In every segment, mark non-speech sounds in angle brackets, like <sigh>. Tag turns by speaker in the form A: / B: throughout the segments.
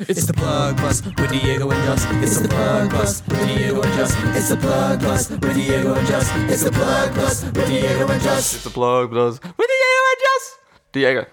A: It's the plug bus with Diego and Just. It's the plug bus with Diego and Just. It's the plug bus with Diego and Just. It's the plug bus with Diego and Just.
B: It's the plug bus with Diego and Jess. Diego,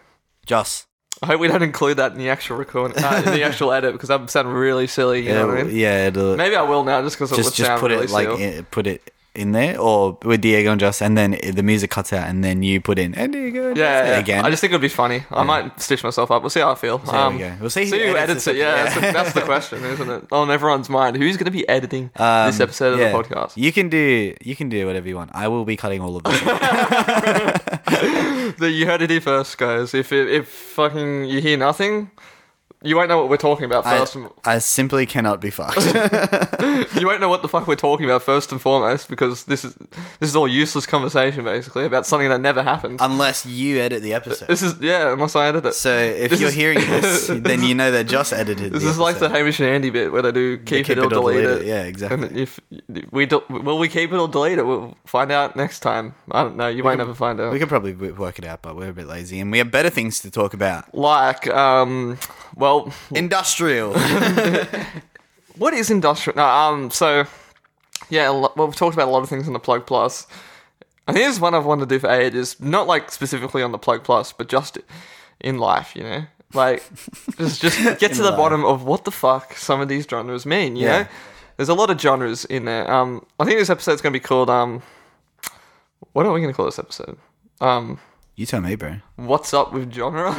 C: Just.
B: I hope we don't include that in the actual recording, uh, in the actual edit, because that would sound really silly. You
C: Yeah,
B: know what I mean?
C: yeah it'll,
B: Maybe I will now, just because it would
C: just just
B: sound
C: put
B: really
C: it like
B: silly.
C: in, put it in there or with Diego and Just, and then it- the music cuts out, and then you put in and Diego and
B: yeah,
C: Just
B: yeah, yeah.
C: again.
B: I just think it'd be funny. I might stitch myself up. We'll see how I feel. Um,
C: how we go. We'll see who
B: who
C: edits
B: edits
C: this
B: it. Yeah,
C: episode.
B: That's, the,
C: <laughs>
B: that's the question, isn't it? On everyone's mind, who's going to be editing
C: Um,
B: this episode of
C: yeah.
B: the podcast?
C: You can do you can do whatever you want. I will be cutting all of
B: <laughs>
C: this.
B: The- you heard it here first, guys. If it, if fucking you hear nothing, you won't know what we're talking about.
C: I,
B: First, and-
C: I simply cannot be fucked.
B: <laughs> you won't know what the fuck we're talking about first and foremost because this is this is all useless conversation basically about something that never happened.
C: Unless you edit the episode.
B: this is yeah, unless I edit it.
C: So if
B: This
C: you're
B: is-
C: hearing
B: <laughs>
C: this, then you know that Joss edited
B: this is like the Hamish and Andy bit where they do keep,
C: keep
B: it, or delete it.
C: Yeah, exactly.
B: And if we do, will we keep it or delete it? We'll find out next time. I don't know. You might never find out.
C: We could probably w- work it out, but we're a bit lazy and we have better things to talk
B: <laughs>
C: about.
B: like, um, well,
C: Industrial.
B: what is industrial? No, um, so yeah, a lo- well, we've talked about a lot of things on the Plug Plus. I think there's one I've wanted to do for ages, not like specifically on the Plug Plus, but just in life, you know, like
C: <laughs>
B: just just get to the
C: life.
B: bottom of what the fuck some of these genres mean, you
C: Yeah.
B: know. There's a lot of genres in there. Um, I think this episode's gonna be called um, what are we gonna call this episode? Um,
C: <laughs> you tell me, bro.
B: what's up with
C: <laughs>
B: genre?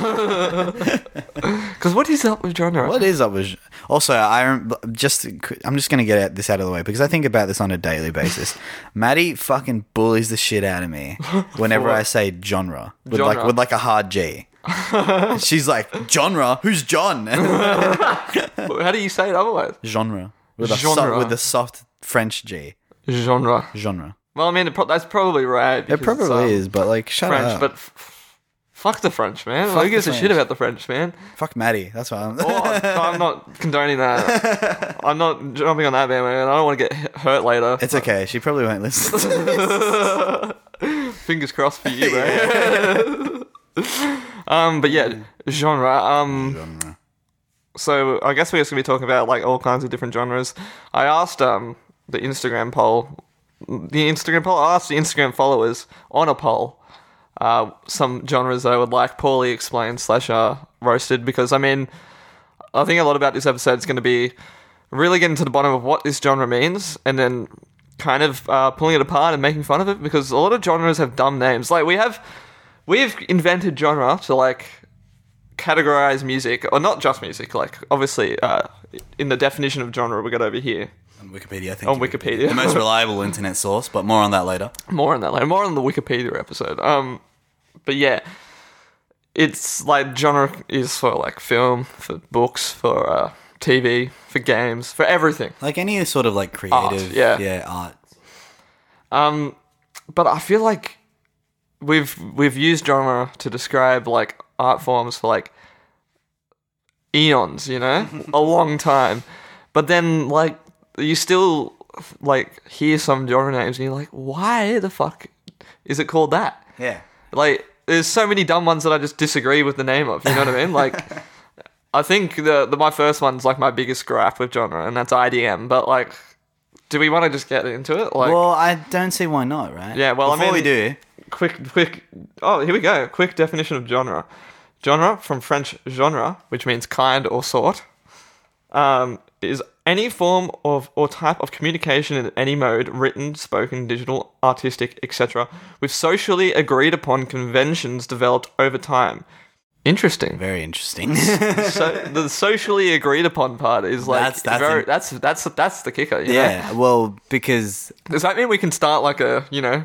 B: <laughs> Because what is up with genre?
C: What is up with? Also, I rem- just I'm just gonna get this out of the way because I think about this on a daily
B: <laughs>
C: basis. Maddie fucking bullies the shit out of me whenever I say genre with like
B: Genre.
C: with like a hard
B: <laughs>
C: G. And She's like genre. Who's John? <laughs>
B: How do you say it otherwise?
C: genre with a
B: Genre.
C: soft, with a soft French G.
B: Genre.
C: Genre.
B: Well, I mean, it pro- that's probably right.
C: It
B: because it's,
C: probably
B: um,
C: is, but like shut
B: French,
C: up.
B: but f- f- fuck the French, man. Like, Who
C: the
B: gives a
C: French.
B: shit about the French, man?
C: Fuck Maddie. That's why I'm.
B: <laughs> Oh, I- I'm not condoning that. <laughs> I'm not jumping on that bandwagon. I don't want to get h- hurt later.
C: <laughs> it's okay. She probably won't
B: <laughs>
C: listen. <laughs>
B: Fingers crossed for you, bro. <laughs> um, but yeah, genre. Um,
C: genre.
B: so I guess we're just gonna be talking about like all kinds of different genres. I asked um the Instagram poll, the Instagram poll. I asked the Instagram followers on a poll, uh, some genres that I would like poorly explained slash uh, roasted because I mean, I think a lot about this episode is gonna be really getting to the bottom of what this genre means and then kind of uh, pulling it apart and making fun of it because a lot of genres have dumb names. Like we have, we've invented genre to like categorize music, or not just music. Like obviously, uh, in the definition of genre, we got over here.
C: On Wikipedia, I think.
B: On Wikipedia.
C: the most reliable internet source, but more on that later.
B: <laughs> More on that later. More on the Wikipedia episode. Um, but yeah, it's like genre is for like film, for books, for uh, TV, for games, for everything.
C: like any sort of like creative
B: yeah.
C: yeah art
B: Um, but I feel like we've we've used genre to describe like art forms for like eons, you know, a long time. But then like you still like hear some genre names and you're like, why the fuck is it called that?
C: yeah
B: Like, there's so many dumb ones that I just disagree with the name of. You know what I mean? Like, I think the, the my first one's like my biggest gripe with genre, and that's IDM. But like, do we want to just get into it? Like,
C: well i don't see why not right
B: Yeah, well, I
C: before we
B: mean-
C: do
B: quick, quick. Oh, here we go. Quick definition of genre. Genre from French genre, which means kind or sort, um, is any form of or type of communication in any mode, written, spoken, digital, artistic, etc., with socially agreed upon conventions developed over time. Interesting.
C: very interesting
B: So the socially agreed upon part is like
C: That's-
B: that's
C: that's
B: that's very,
C: in-
B: that's, that's that's the kicker. You
C: <laughs>
B: know?
C: yeah well because
B: Does that mean we can start like a you know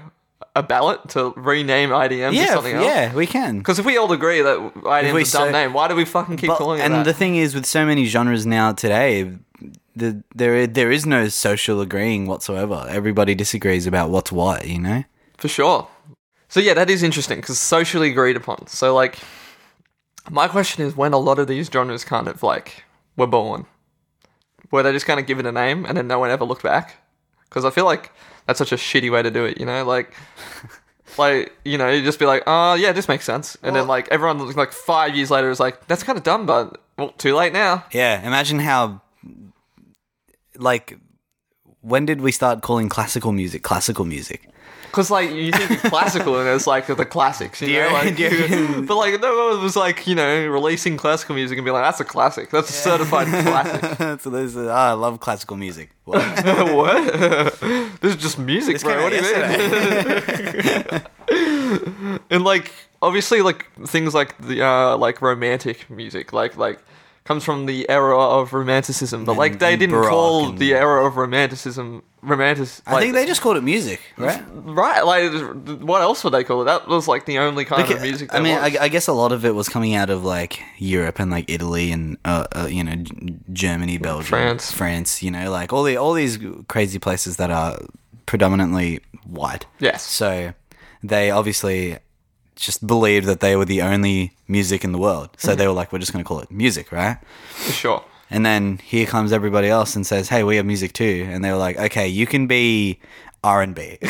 B: a ballot to rename IDM to
C: yeah
B: something else?
C: yeah we can
B: Because if we all agree that
C: If we
B: IDM's a dumb
C: say-
B: name, why do we fucking keep
C: But-
B: calling it
C: and
B: that?
C: the thing is with so many genres now today the, there i- there is no social agreeing whatsoever everybody disagrees about what's what you know
B: For sure. So yeah, that is interesting because socially agreed upon. So like, my question is when a lot of these genres kind of like were born, were they just kind of given a name and then no one ever looked back? Because I feel like that's such a shitty way to do it. You
C: <laughs>
B: know, like. Like you know, you just be like, "Oh yeah, this makes sense," and then like everyone, like five years later, is like, "That's kind of dumb, but Well, too late now.
C: Yeah, imagine how like when did we start calling classical music classical music?
B: Because like you think of classical and it's like the
C: <laughs>
B: classics, you know. Like,
C: Do you-
B: <laughs> but like no one was like you know releasing classical music and be like that's a classic, that's a
C: <laughs>
B: certified
C: <laughs>
B: classic. <laughs>
C: so those are, ah, I love classical <laughs> music. Well,
B: what? <laughs> this is just music,
C: this came
B: bro.
C: out
B: What do you
C: yesterday.
B: mean? <laughs> And like obviously like things like the uh like romantic music, like like comes from the era of romanticism, but like
C: And-
B: they
C: and
B: didn't
C: Baroque
B: call
C: and-
B: the era of romanticism romantic.
C: I think they just called it music, right?
B: Right, like what else would they call it? That was like the only kind of music.
C: I
B: there
C: mean,
B: was.
C: I, I guess a lot of it was coming out of like Europe and like Italy and uh, uh, you know G- Germany, Belgium,
B: France.
C: France. You know, like all the all these crazy places that are predominantly white.
B: Yes.
C: So they obviously just believed that they were the only music in the world. So
B: Mm-hmm.
C: they were like, we're just going to call it music, right?
B: for sure.
C: And then here comes everybody else and says, "Hey, we have music too." And they were like, "Okay, you can be R and B." <laughs>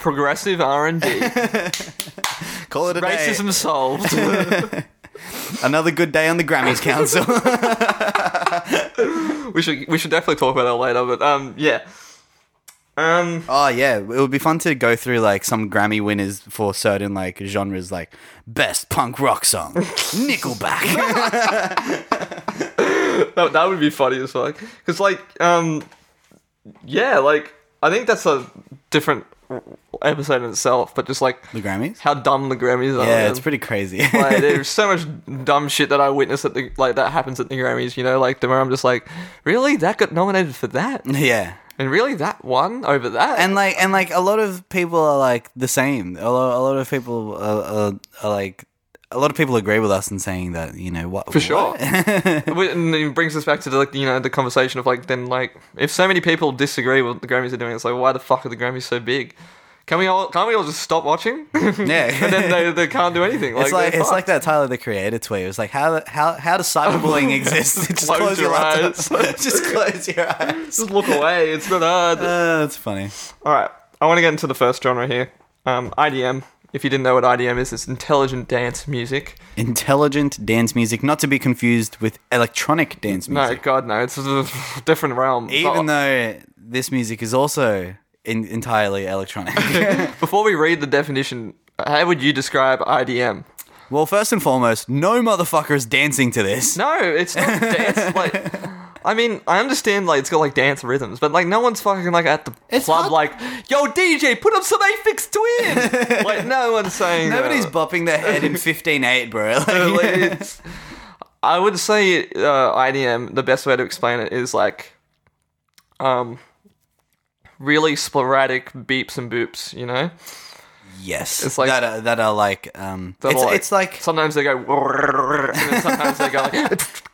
B: Progressive R
C: <laughs>
B: and B.
C: Call it a day.
B: Racism solved.
C: <laughs> Another good day on the
B: <laughs>
C: Grammys Council.
B: we should we should definitely talk about that later. But um, yeah. Um,
C: Oh yeah, it would be fun to go through like some Grammy winners for certain like genres, like best punk rock
B: <laughs>
C: song, Nickelback.
B: that, that would be funny as fuck. Because like um, yeah, like I think that's a different episode in itself. But just like
C: the Grammys.
B: how dumb the Grammys are.
C: Yeah, it's
B: man.
C: pretty crazy.
B: like
C: <laughs>
B: there's so much dumb shit that I witness at the like that happens at the Grammys, you know, like the where I'm just like, really, that got nominated for
C: <laughs>
B: that,
C: yeah,
B: and really that one over that,
C: and like and like a lot of people are like the same. A lot, a lot of people are, are, are like a lot of people agree with us in saying that you know what <laughs>
B: for sure. We- and it brings us back to the, like you know the conversation of like then like if so many people disagree with what the Grammys are doing, it's like why the fuck are the Grammys so big? Can we all can't we all just stop watching? <laughs> and
C: Yeah.
B: then they, they can't do anything.
C: <laughs>
B: Like
C: It's like
B: they're
C: it's like that
B: fucked.
C: Tyler the Creator tweet. It was like how how how
B: <laughs>
C: does cyberbullying exist? <laughs> Just
B: Close your
C: laptop. <laughs>
B: eyes.
C: Just close your
B: <laughs>
C: eyes.
B: Just look away. It's not hard.
C: Uh, that's funny.
B: All right, I want to get into the first genre here. Um, IDM. If you didn't know what IDM is, it's intelligent dance music.
C: Intelligent dance music, not to be confused with electronic dance
B: No,
C: music.
B: God, no. It's a different realm.
C: Even
B: But
C: though this music is also in- entirely electronic.
B: <laughs> before we read the definition, how would you describe IDM?
C: well, first and foremost, no motherfucker is dancing to this.
B: No,
C: <laughs>
B: it's not dance. Like, I mean, I understand like it's got like dance rhythms, but like no one's fucking like at the
C: It's
B: club
C: not-
B: like, yo DJ, put up some Aphex
C: <laughs>
B: Twin. like no one's saying that.
C: Nobody's <laughs> bopping their head in 15-8, bro. <laughs> Like,
B: Like, it's- I would say uh, IDM. The best way to explain it is like, um, really sporadic beeps and boops. You know.
C: yes.
B: It's like-
C: that are, that are like um
B: They're
C: it's, it's like
B: sometimes they go, <laughs> and then sometimes they go like, <laughs>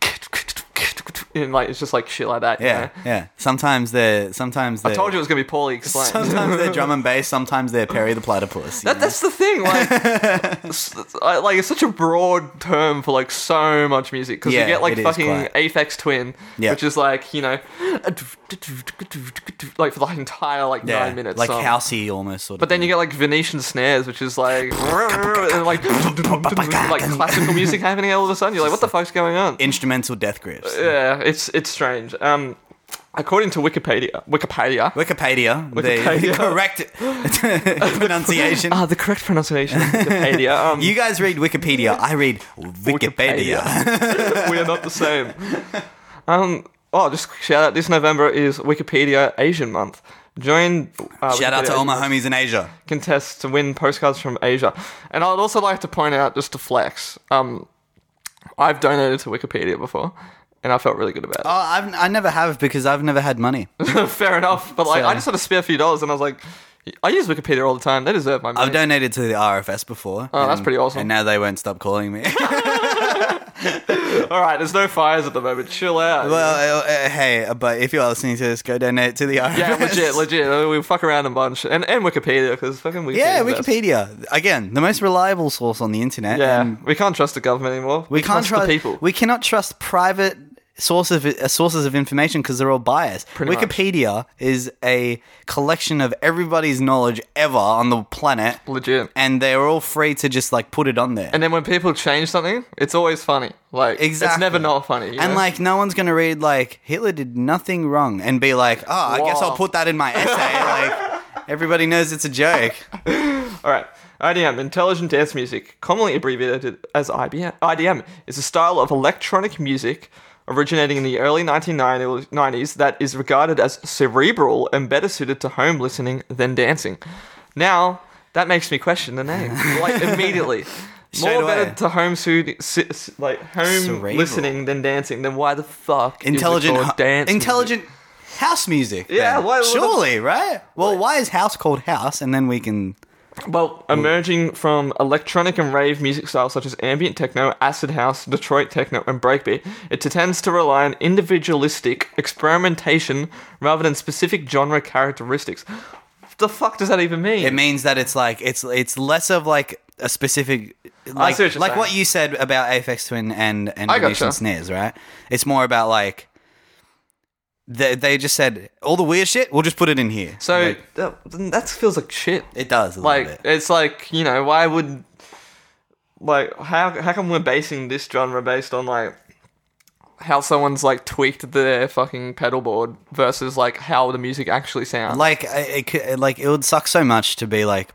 B: and like it's just like shit like that. you
C: yeah,
B: know?
C: yeah. Sometimes they're sometimes they're
B: I told you it was gonna be poorly explained.
C: Sometimes they're drum and bass. Sometimes they're Perry the Platypus. you
B: That,
C: know?
B: that's the thing, like,
C: <laughs>
B: s- I- like it's such a broad term for like so much music because
C: Yeah,
B: you get like
C: it is
B: fucking
C: quite.
B: Aphex Twin,
C: Yeah.
B: which is like you know, like for the entire like
C: Yeah,
B: nine minutes,
C: like
B: song.
C: housey almost sort of.
B: But then you get like Venetian snares, which
C: <laughs>
B: is like and like
C: Oh
B: <laughs> like classical music happening all of a sudden. You're like, what the fuck's going on?
C: instrumental death grips.
B: Yeah, it's it's strange. Um, according to Wikipedia, Wikipedia.
C: Wikipedia,
B: Wikipedia.
C: the
B: <laughs>
C: correct pronunciation.
B: Ah, the correct
C: <laughs>
B: pronunciation. is Wikipedia. Um,
C: You guys read Wikipedia. I read Wikipedia.
B: <laughs> we are not the same. Um, oh, just a quick shout out. This November is Wikipedia Asian Month. Join. Uh,
C: <laughs> Shout out
B: Wikipedia
C: to all
B: Asian
C: my
B: Month
C: homies in Asia.
B: Contest to win postcards from Asia. And I'd also like to point out, just to flex, um, I've donated to Wikipedia before, and I felt really good about
C: Oh, I've, I never have because I've never had money.
B: it. <laughs> Fair enough. But like, I
C: So-
B: just had a spare few dollars, and I was like, I use Wikipedia all the time. They deserve my
C: <laughs>
B: money.
C: I've donated to the RFS before.
B: Oh, that's
C: and-
B: pretty awesome.
C: And now they won't stop calling me. <laughs>
B: <laughs> all right, there's no fires at the moment. Chill out.
C: well, uh, uh, hey, but if you are listening to this, go donate to the RFS. <laughs>
B: yeah, legit, legit. I mean, we fuck around a bunch, and and Wikipedia because fucking Wikipedia.
C: Yeah, Wikipedia. Again, the most reliable source on the internet.
B: Yeah,
C: and
B: we can't trust the government anymore. We,
C: we can't
B: trust
C: trust
B: the people.
C: We cannot trust private source of uh, sources of information because they're all biased.
B: Pretty much.
C: Wikipedia is a collection of everybody's knowledge ever on the planet,
B: Legit.
C: and they're all free to just like put it on there.
B: And then when people change something, it's always funny. Like
C: Exactly.
B: it's never not funny. you
C: And
B: know?
C: like, no one's gonna read like Hitler did nothing wrong and be like, oh, I guess
B: Whoa.
C: I'll put that in my
B: <laughs>
C: essay. like, everybody knows it's a joke.
B: All right. IDM, Intelligent Dance Music, commonly abbreviated as IBM, IDM, is a style of electronic music originating in the early 1990s that is regarded as cerebral and better suited to home listening than dancing. Now, that makes me question
C: <laughs>
B: the name, like immediately.
C: Straight
B: More better
C: away.
B: to home soothing, si- si- like home
C: Cerebral.
B: listening than dancing. Then why the fuck
C: Intelligent,
B: is it called dance? music?
C: intelligent house music.
B: Yeah,
C: then.
B: why- what the-
C: surely, right? Well, why is house called house? And then we can.
B: Well, emerging from electronic and rave music styles such as ambient techno, acid house, Detroit techno, and breakbeat, it tends to rely on individualistic experimentation rather than specific genre characteristics. The fuck does that even mean?
C: It means that it's like it's it's less of like a specific. Like,
B: see what you're
C: like what
B: saying.
C: you said about Aphex Twin and and
B: I gotcha.
C: Venetian Snares, right? It's more about like they, they just said all the weird shit. We'll just put it in here.
B: so
C: Like,
B: that, that feels like shit.
C: it does a
B: like
C: little bit.
B: it's like you know why would like how how come we're basing this genre based on like how someone's like tweaked their fucking pedal board versus like how the music actually sounds?
C: like I- it, c- like it would suck so much to be like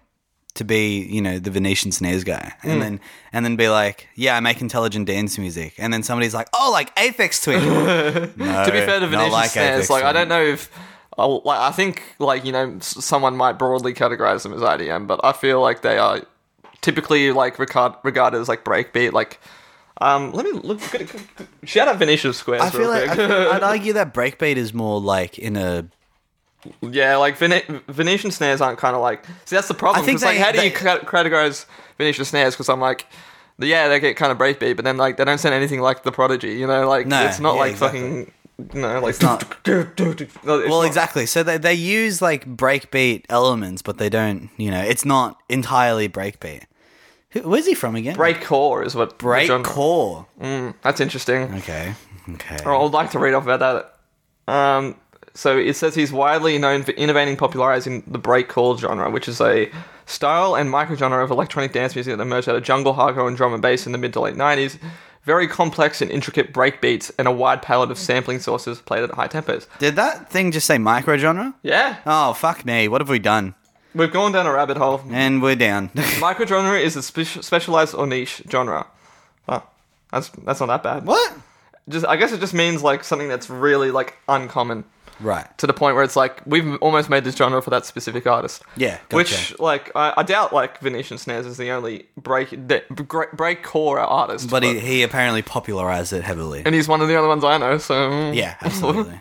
C: to be you know the Venetian snares guy
B: Hmm.
C: and then and then be like yeah I make intelligent dance music and then somebody's like oh like Aphex Twin
B: <laughs> to be fair to Venetian
C: like
B: Snares,
C: Aphex
B: like I
C: Twin.
B: don't know if I, like I think like you know s- someone might broadly categorize them as IDM, but I feel like they are typically like regard, regarded as like breakbeat. Like, um, let me look. Good, good, good. Shout out Venetian Squares.
C: I feel
B: real
C: like
B: quick.
C: I feel-
B: <laughs>
C: I'd argue that breakbeat is more like in a
B: yeah, like Vene- Venetian Snares aren't kind of like. See, that's the problem.
C: I think
B: 'cause, like,
C: they-
B: how do you
C: they-
B: ca- categorize Venetian Snares? Because I'm like. Yeah, they get kind of breakbeat, but then like they don't sound anything like the Prodigy, you know. Like
C: No,
B: it's not
C: yeah,
B: like
C: exactly.
B: fucking, you know, like it's
C: not-
B: <laughs>
C: well
B: well,
C: exactly so they, they use like breakbeat elements but they don't you know it's not entirely breakbeat Who, where's he from again
B: Breakcore is what the genre-
C: breakcore
B: Mm. That's interesting.
C: okay okay
B: I would like to read off about that. Um, so it says he's widely known for innovating, and popularizing the breakcore genre, which is a style and microgenre of electronic dance music that emerged out of jungle hardcore and drum and bass in the mid to late '90s. Very complex and intricate break beats and a wide palette of sampling sources played at high tempos.
C: did that thing just say micro genre
B: Yeah,
C: Oh fuck me! What have we done?
B: we've gone down a rabbit hole.
C: And we're down. <laughs>
B: Microgenre is a speci specialized or niche genre. Wow, that's that's not that bad.
C: what?
B: Just I guess it just means like something that's really like uncommon.
C: Right.
B: to the point where it's like we've almost made this genre for that specific artist.
C: Yeah, gotcha.
B: which like I, I doubt like Venetian Snares is the only break the, break breakcore artist,
C: But he, he apparently popularized it heavily.
B: and he's one of the only ones I know. So mm. <laughs>
C: Yeah, absolutely.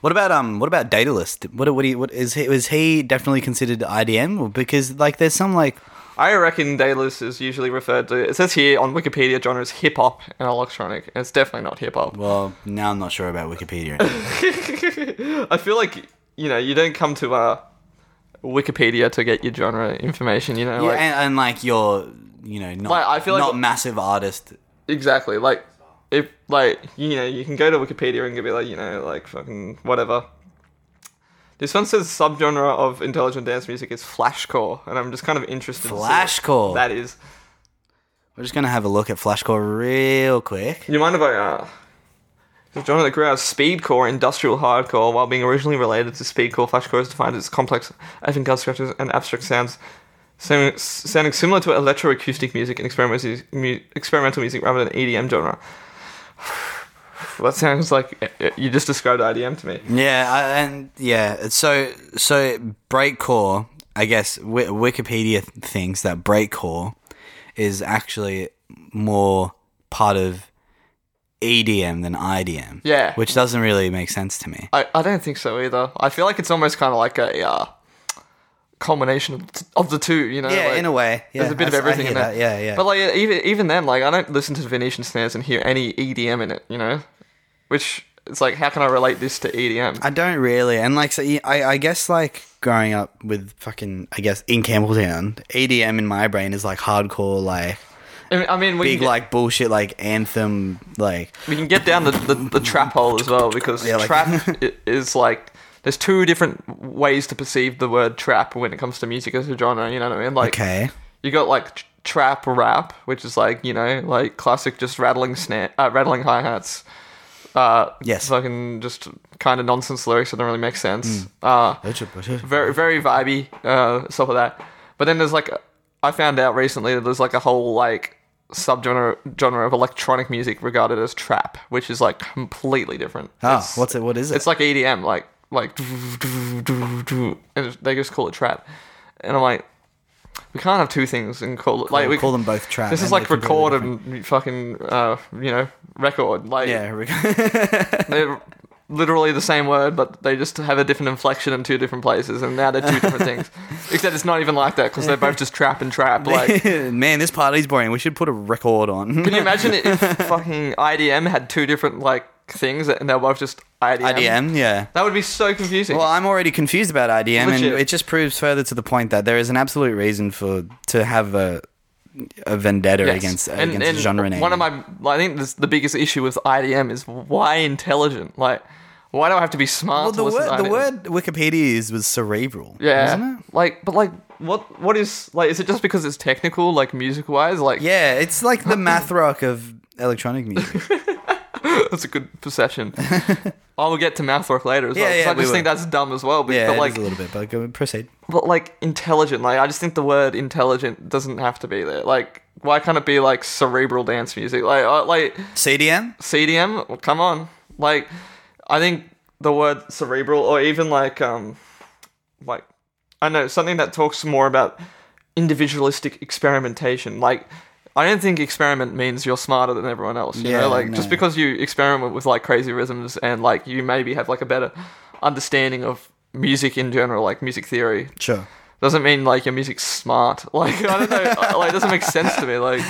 C: what about um? What about Datalist? What what, do you, what is he? Was he definitely considered IDM? Or- Because like, there's some like
B: I reckon Daedalus is usually referred to. It says here on Wikipedia genre is hip hop and electronic, and it's definitely not hip hop.
C: well, now I'm not sure about Wikipedia. anymore.
B: <laughs> I feel like you know you don't come to uh, Wikipedia to get your genre information. You know,
C: yeah,
B: like,
C: and, and like your you know not
B: Like, I feel like-
C: not massive artist.
B: Exactly. Like, if, like, you know, you can go to Wikipedia and give it, like, you know, like, fucking whatever. This one says subgenre of intelligent dance music is flashcore, and I'm just kind of interested. to see what
C: Flashcore?
B: That is.
C: We're just gonna have a look at Flashcore real quick.
B: You mind if I, uh. The genre that grew out of speedcore, industrial hardcore, while being originally related to speedcore, flashcore is defined as complex, often gut scratches and abstract sounds, sounding, sounding similar to electroacoustic music and experimental music, mu- experimental music rather than EDM genre. <sighs> That sounds like eh, eh, you just described IDM to me.
C: Yeah, I, and yeah, so so breakcore. I guess wi- Wikipedia th- thinks that breakcore is actually more part of EDM than IDM.
B: Yeah.
C: which doesn't really make sense to me.
B: I, I don't think so either. I feel like it's almost kind of like a uh, combination of, t- of the two, you know?
C: Yeah,
B: like-
C: in a way. Yeah,
B: There's a bit of
C: I- I
B: everything
C: hear
B: in there.
C: that, yeah, yeah.
B: But like even even then, like I don't listen to Venetian snares and hear any EDM in it, you know? Which it's like how can I relate this to E EDM?
C: I don't really, and like so, y- I, I guess like growing E up with fucking, I guess in Campbelltown, EDM in my brain is like hardcore, like
B: I mean- I mean, we
C: big
B: can get,
C: like bullshit like anthem like
B: we can get down the, the, the trap hole as well because
C: Yeah, like- <laughs>
B: trap i- is like there's two different ways to perceive the word trap when it comes to music as a genre. You know what I mean? Like,
C: okay
B: you got like tr- trap rap, which is like you know like classic just rattling snare, uh, rattling hi hats. Uh,
C: Yes. Mm.
B: fucking just kind of nonsense lyrics that don't really make sense. Uh, very very vibey uh, stuff like that. But then there's like I found out recently that there's like a whole like subgenre genre of electronic music regarded as trap, which is like completely different.
C: oh
B: It's-
C: what's it what is it
B: It's like EDM, like like and they just call it trap, and I'm like, we can't have two things and call it like
C: we
B: we
C: call them both trap
B: This
C: and
B: is like
C: they're completely
B: record and fucking uh, you know record like
C: yeah rec-
B: they're literally the same word, but they just have a different inflection in two different places, and now they're two different
C: <laughs>
B: things. Except it's not even like that because they're both just trap and trap. Like,
C: <laughs>
B: can
C: man this party's boring we should put a record <laughs> on
B: you imagine if fucking IDM had two different like things and they're both just IDM?
C: IDM yeah
B: That would be so confusing.
C: Well, I'm already confused about IDM,
B: Legit.
C: and it just proves further to the point that there is an absolute reason for to have a a vendetta
B: Yes.
C: against uh,
B: And-
C: against
B: and
C: genre name.
B: One of my, I think this, the biggest issue with IDM is why intelligent? Like, why do I have to be smart?
C: well,
B: to
C: the
B: listen
C: word
B: to
C: the
B: IDM?
C: word Wikipedia is was cerebral.
B: yeah,
C: isn't it?
B: like, but like, what, what is like? Is it just because it's technical, like music wise? Like,
C: Yeah, it's like
B: <laughs>
C: the math rock of electronic music.
B: That's a good perception. <laughs> I will get to mathwork later as well.
C: Yeah,
B: 'cause
C: yeah,
B: I
C: we
B: just
C: will.
B: think that's dumb as well. But,
C: Yeah,
B: but
C: it is
B: like,
C: a little bit, but go proceed.
B: but like intelligent. Like I just think the word intelligent doesn't have to be there. Like why can't it be like cerebral dance music? Like uh, like
C: CDM.
B: CDM. Well, come on. Like I think the word cerebral or even like um like I know something that talks more about individualistic experimentation. Like I don't think experiment means you're smarter than everyone else. You
C: Yeah,
B: know, like just
C: no.
B: because you experiment with like crazy rhythms and like you maybe have like a better understanding of music in general, like music theory,
C: Sure.
B: doesn't mean like your music's smart. <laughs> Like I don't <laughs> know, like it doesn't make sense to me. Like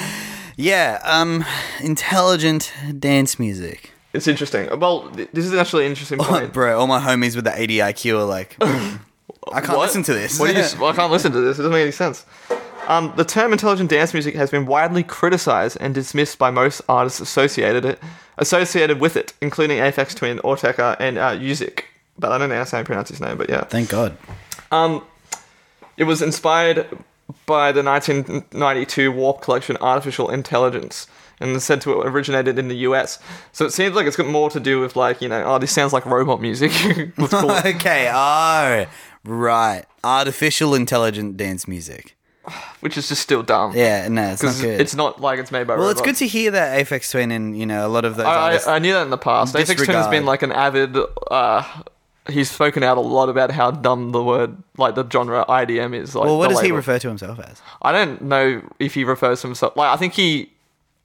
C: Yeah. Um, intelligent dance music. <laughs>
B: it's interesting. Well, th- this is actually an <laughs> interesting point.
C: Bro, all my homies with the 80 IQ are like,
B: <laughs>
C: "Mm, I can't
B: What?
C: listen to this.
B: What do you, s- well, I can't listen to this. It doesn't make any sense. Um, the term intelligent dance music has been widely criticized and dismissed by most artists associated it, associated with it, including Aphex Twin, Orteka, and uh, Yuzik. But I don't know how to pronounce his name. But yeah,
C: <laughs> Thank God.
B: um, it was inspired by the 1992 Warp Collection Artificial Intelligence and is said to have originated in the US. So it seems like it's got more to do with like you know, oh, this sounds like robot music. <laughs> Let's call it
C: okay. Oh, right. Artificial intelligent dance music.
B: which is just still
C: <laughs>
B: dumb.
C: Yeah, no, it's not
B: Because
C: good.
B: it's not like it's made by
C: well,
B: robots.
C: it's good to hear that Aphex Twin and you know a lot of those.
B: I,
C: artists-
B: I, I knew that in the past. Aphex Twin has
C: Disregard.
B: been like an avid. Uh, he's spoken out a lot about how dumb the word, like the genre IDM is. Like,
C: well, what
B: the
C: does he
B: label.
C: refer to himself as?
B: I don't know if he refers to himself. Like, I think he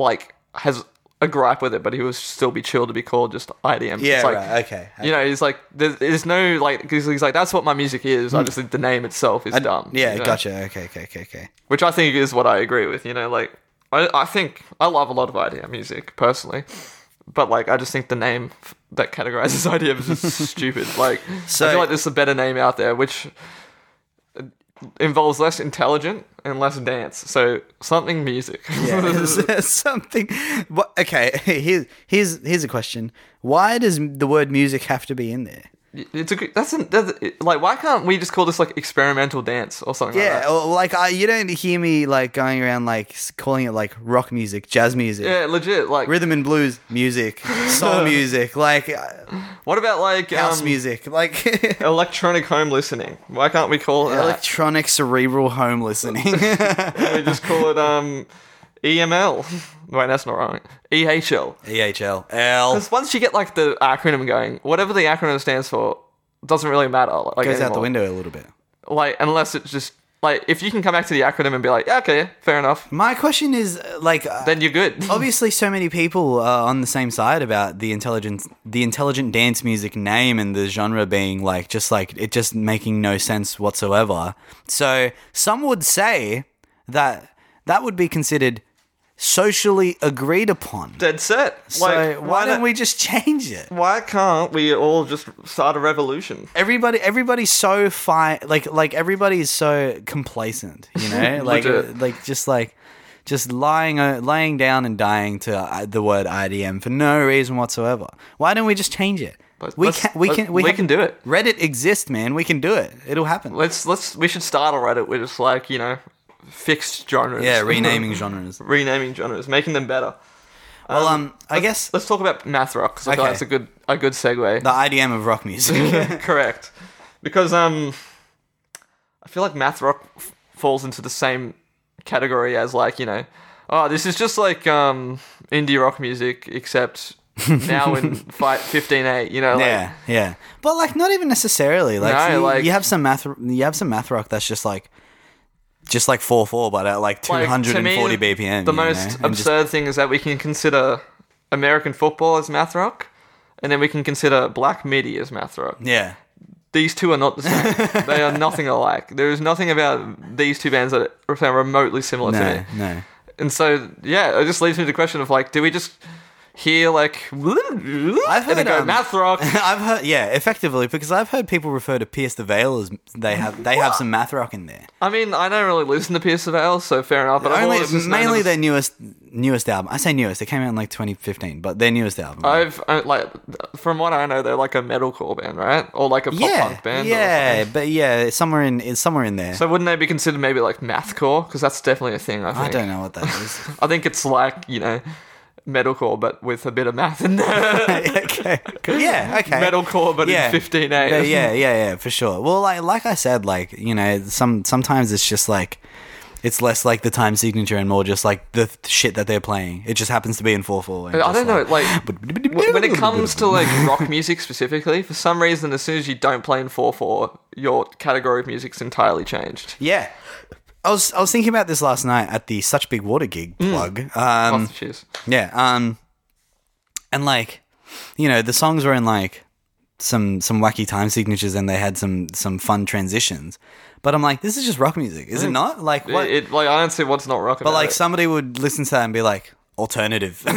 B: like has a gripe with it, but he would still be chill to be called just IDM.
C: Yeah,
B: It's like,
C: right. Okay.
B: You know, he's like, there's, there's no like, cause he's like, that's what my music is. I just think the name itself is dumb.
C: Hmm. yeah,
B: you know?
C: gotcha. Okay, okay, okay, okay.
B: which I think is what I agree with. You know, like I, I think I love a lot of IDM music personally, but like I just think the name f- that categorizes <laughs> IDM is just stupid. Like
C: So-
B: I feel like there's a better name out there which uh, involves less intelligent and less dance. So something music.
C: <laughs> Yeah, something. What, okay, <laughs> here's here's here's a question. Why does the word music have to be in there?
B: <laughs> it's a good, that's, an, that's it- like why can't we just call this like experimental dance or something? like
C: Yeah,
B: that?
C: or like I, you don't hear me like going around like s- calling it like rock music, jazz music,
B: Yeah, legit. Like,
C: rhythm and blues music,
B: <laughs>
C: soul music, like uh,
B: what about like
C: house
B: um, uh,
C: music,
B: <laughs>
C: like
B: electronic home listening? Why can't we call uh, it that?
C: electronic cerebral home
B: <laughs>
C: listening. <laughs>
B: we just call it um EML. <laughs> Wait, that's not right. EHL.
C: EHL E L
B: Because once you get like the acronym going, whatever the acronym stands for doesn't really matter. Like,
C: goes out the
B: anymore.
C: window a little bit.
B: Like unless it's just like if you can come back to the acronym and be like, yeah, okay, fair enough,
C: My question is uh, like uh,
B: then you're good.
C: obviously so many people are on the same side about the intelligent the intelligent dance music name and the genre being like just like it just making no sense whatsoever so some would say that that would be considered socially agreed upon
B: <laughs> Dead set.
C: so
B: like,
C: why, don't we just <laughs> change it
B: Why can't we all just start a revolution?
C: everybody everybody's so
B: <laughs>
C: fine like like everybody's so complacent you know like
B: Legit.
C: like just like just lying uh, lying down and dying to uh, the word IDM for no reason whatsoever. Why don't we just change it?
B: But
C: we
B: let's-
C: can we
B: let-
C: can we,
B: we
C: have-
B: can do it.
C: Reddit exists, man. We can do it. It'll happen.
B: Let's let's we should start on Reddit with just like you know fixed genres. <laughs>
C: yeah, renaming genres.
B: renaming genres, making them better.
C: Well, um, I guess the
B: Let's talk about math rock because I feel
C: Okay.
B: like that's a good a good segue.
C: IDM of rock music.
B: <laughs> Correct, because um, I feel like math rock f- falls into the same category as like you know, oh this is just like um indie rock music
C: <laughs>
B: except now in fi- fifteen eight you know like,
C: yeah, yeah. But like, not even necessarily. Like,
B: No,
C: you,
B: like-
C: you have some math. You have some math rock that's just like, just like four four, but at like two
B: like, to
C: hundred and forty
B: me,
C: BPM.
B: The
C: you
B: most
C: know? And just-
B: absurd thing is that we can consider American football as math rock, and then we can consider black midi as math rock.
C: yeah.
B: these two are not
C: <laughs>
B: the same. they are nothing alike. There is nothing about these two bands that are sound remotely similar to
C: No,
B: me.
C: no. <laughs>
B: And so, yeah, it just leads me to the question of like, do we just hear like, I've and
C: heard,
B: then go
C: um,
B: math rock?
C: I've heard, yeah, effectively, because I've heard people refer to Pierce the Veil as they have they have some math rock in there.
B: I mean, I don't really listen to Pierce the Veil, so fair enough. But I've
C: Only,
B: always just known
C: mainly
B: them as-
C: their newest newest album. I say newest; it came out in like 2015, but their newest album.
B: I've uh, like, from what I know, they're like a metalcore band, right? Or like a pop
C: yeah,
B: punk band. or
C: yeah,
B: something.
C: but yeah, somewhere in it's somewhere in there.
B: So wouldn't they be considered maybe like mathcore? Because that's definitely a thing. I think.
C: I don't know what that is. <laughs>
B: I think it's like you know, metalcore, but with a bit of math in there.
C: <laughs> okay, cool. yeah, okay.
B: metalcore, but in fifteen eight.
C: Yeah,
B: <laughs>
C: yeah, yeah, yeah, for sure. Well, like like I said, like you know, some sometimes it's just like it's less like the time signature and more just like the th- shit that they're playing. It just happens to be in four four.
B: I don't know, like w- when it comes to <laughs> like rock music specifically, for some reason, as soon as you don't play in four four, your category of music's entirely changed.
C: yeah. I was I was thinking about this last night at the Such Big Water gig
B: Mm.
C: plug. Um,
B: Lots of cheers.
C: Yeah. Um and like you know, the songs were in like some some wacky time signatures and they had some some fun transitions. But I'm like, this is just rock music,
B: Mm.
C: is it not? Like what
B: It, it- like I don't see what's not rock.
C: but like somebody would listen to that and be like,
B: <laughs>
C: alternative. <laughs>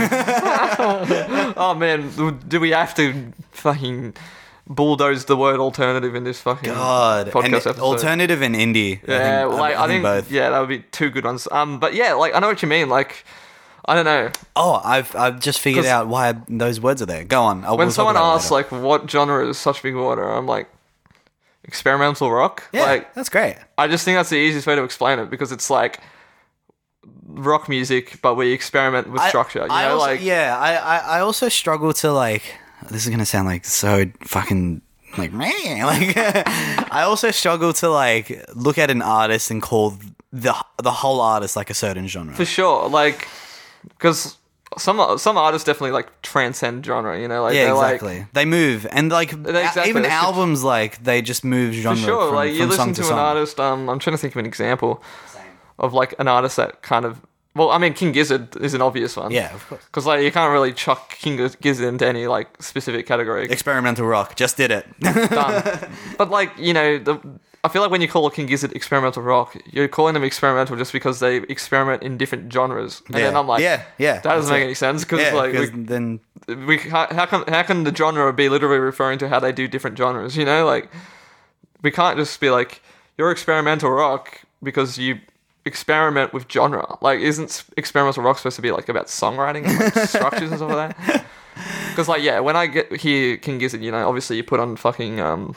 B: oh man, do we have to fucking bulldoze the word alternative in this fucking
C: God.
B: podcast
C: and
B: episode?
C: alternative and indie.
B: Yeah, like I, think,
C: both.
B: yeah, that would be two good ones. Um, but yeah, like I know what you mean. Like I don't know.
C: Oh, I've I've just figured
B: 'Cause-
C: out why those words are there. Go on. I'll,
B: when someone asks like what genre is such big water, I'm like experimental rock.
C: yeah,
B: Like
C: that's great.
B: I just think that's the easiest way to explain it because it's like rock music, but we experiment with
C: I-
B: structure. You
C: I
B: know,
C: also-
B: like
C: yeah, I, I, I also struggle to like. This is gonna sound like so fucking like man. <laughs> Like I also struggle to like look at an artist and call the the whole artist like a certain genre.
B: for sure, like because some some artists definitely like transcend genre. You know, like
C: yeah,
B: they're
C: exactly.
B: like.
C: they move and like
B: exactly,
C: even
B: that's good.
C: albums like they just move genre
B: For sure,
C: from,
B: like you
C: from
B: listen
C: song
B: to,
C: to,
B: an
C: song.
B: artist. Um, I'm trying to think of an example of like an artist that kind of. Well, I mean, King Gizzard is an obvious one.
C: Yeah, of course.
B: Because like you can't really chuck King Gizzard into any like specific category.
C: Experimental rock just did
B: <laughs>
C: it. <laughs>
B: done. but like you know, the, I feel like when you call King Gizzard experimental rock, you're calling them experimental just because they experiment in different genres. And then
C: Yeah.
B: I'm like,
C: Yeah, yeah,
B: that doesn't
C: that's
B: make
C: it.
B: any sense because
C: yeah,
B: like
C: 'cause
B: we,
C: then
B: we how, how can how can the genre be literally referring to how they do different genres? You know, like we can't just be like you're experimental rock because you experiment with genre. Like, isn't s- experimental rock supposed to be like about songwriting and like, structures and stuff like that?
C: <laughs>
B: Because like yeah, when I get hear King Gizzard, you know, obviously you put on fucking um,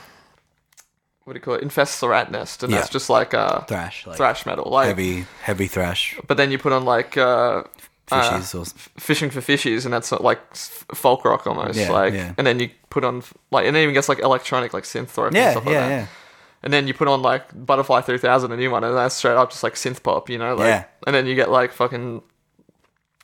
B: what do you call it, infest the rat nest, and
C: Yeah.
B: that's just like uh,
C: thrash, like
B: thrash metal, like.
C: heavy heavy thrash
B: But then you put on like uh,
C: fishes or
B: fishing for fishies, and that's uh, like s- folk rock almost.
C: Yeah,
B: like,
C: yeah.
B: and then you put on f- like, and it even gets like electronic, like synth rock and
C: yeah,
B: stuff like
C: yeah,
B: that.
C: yeah.
B: And then you put on like Butterfly Three Thousand, a new one, and that's straight up just like synth pop, you know? Like,
C: Yeah.
B: And then you get like fucking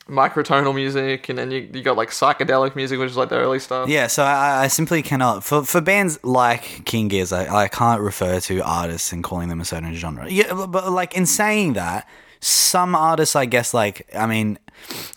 B: microtonal music, and then you you got like psychedelic music, which is like the early stuff.
C: Yeah, so I, I simply cannot for for bands like King Gears, I, I can't refer to artists and calling them a certain genre. Yeah, but- but like in saying that, some artists, I guess, like I mean,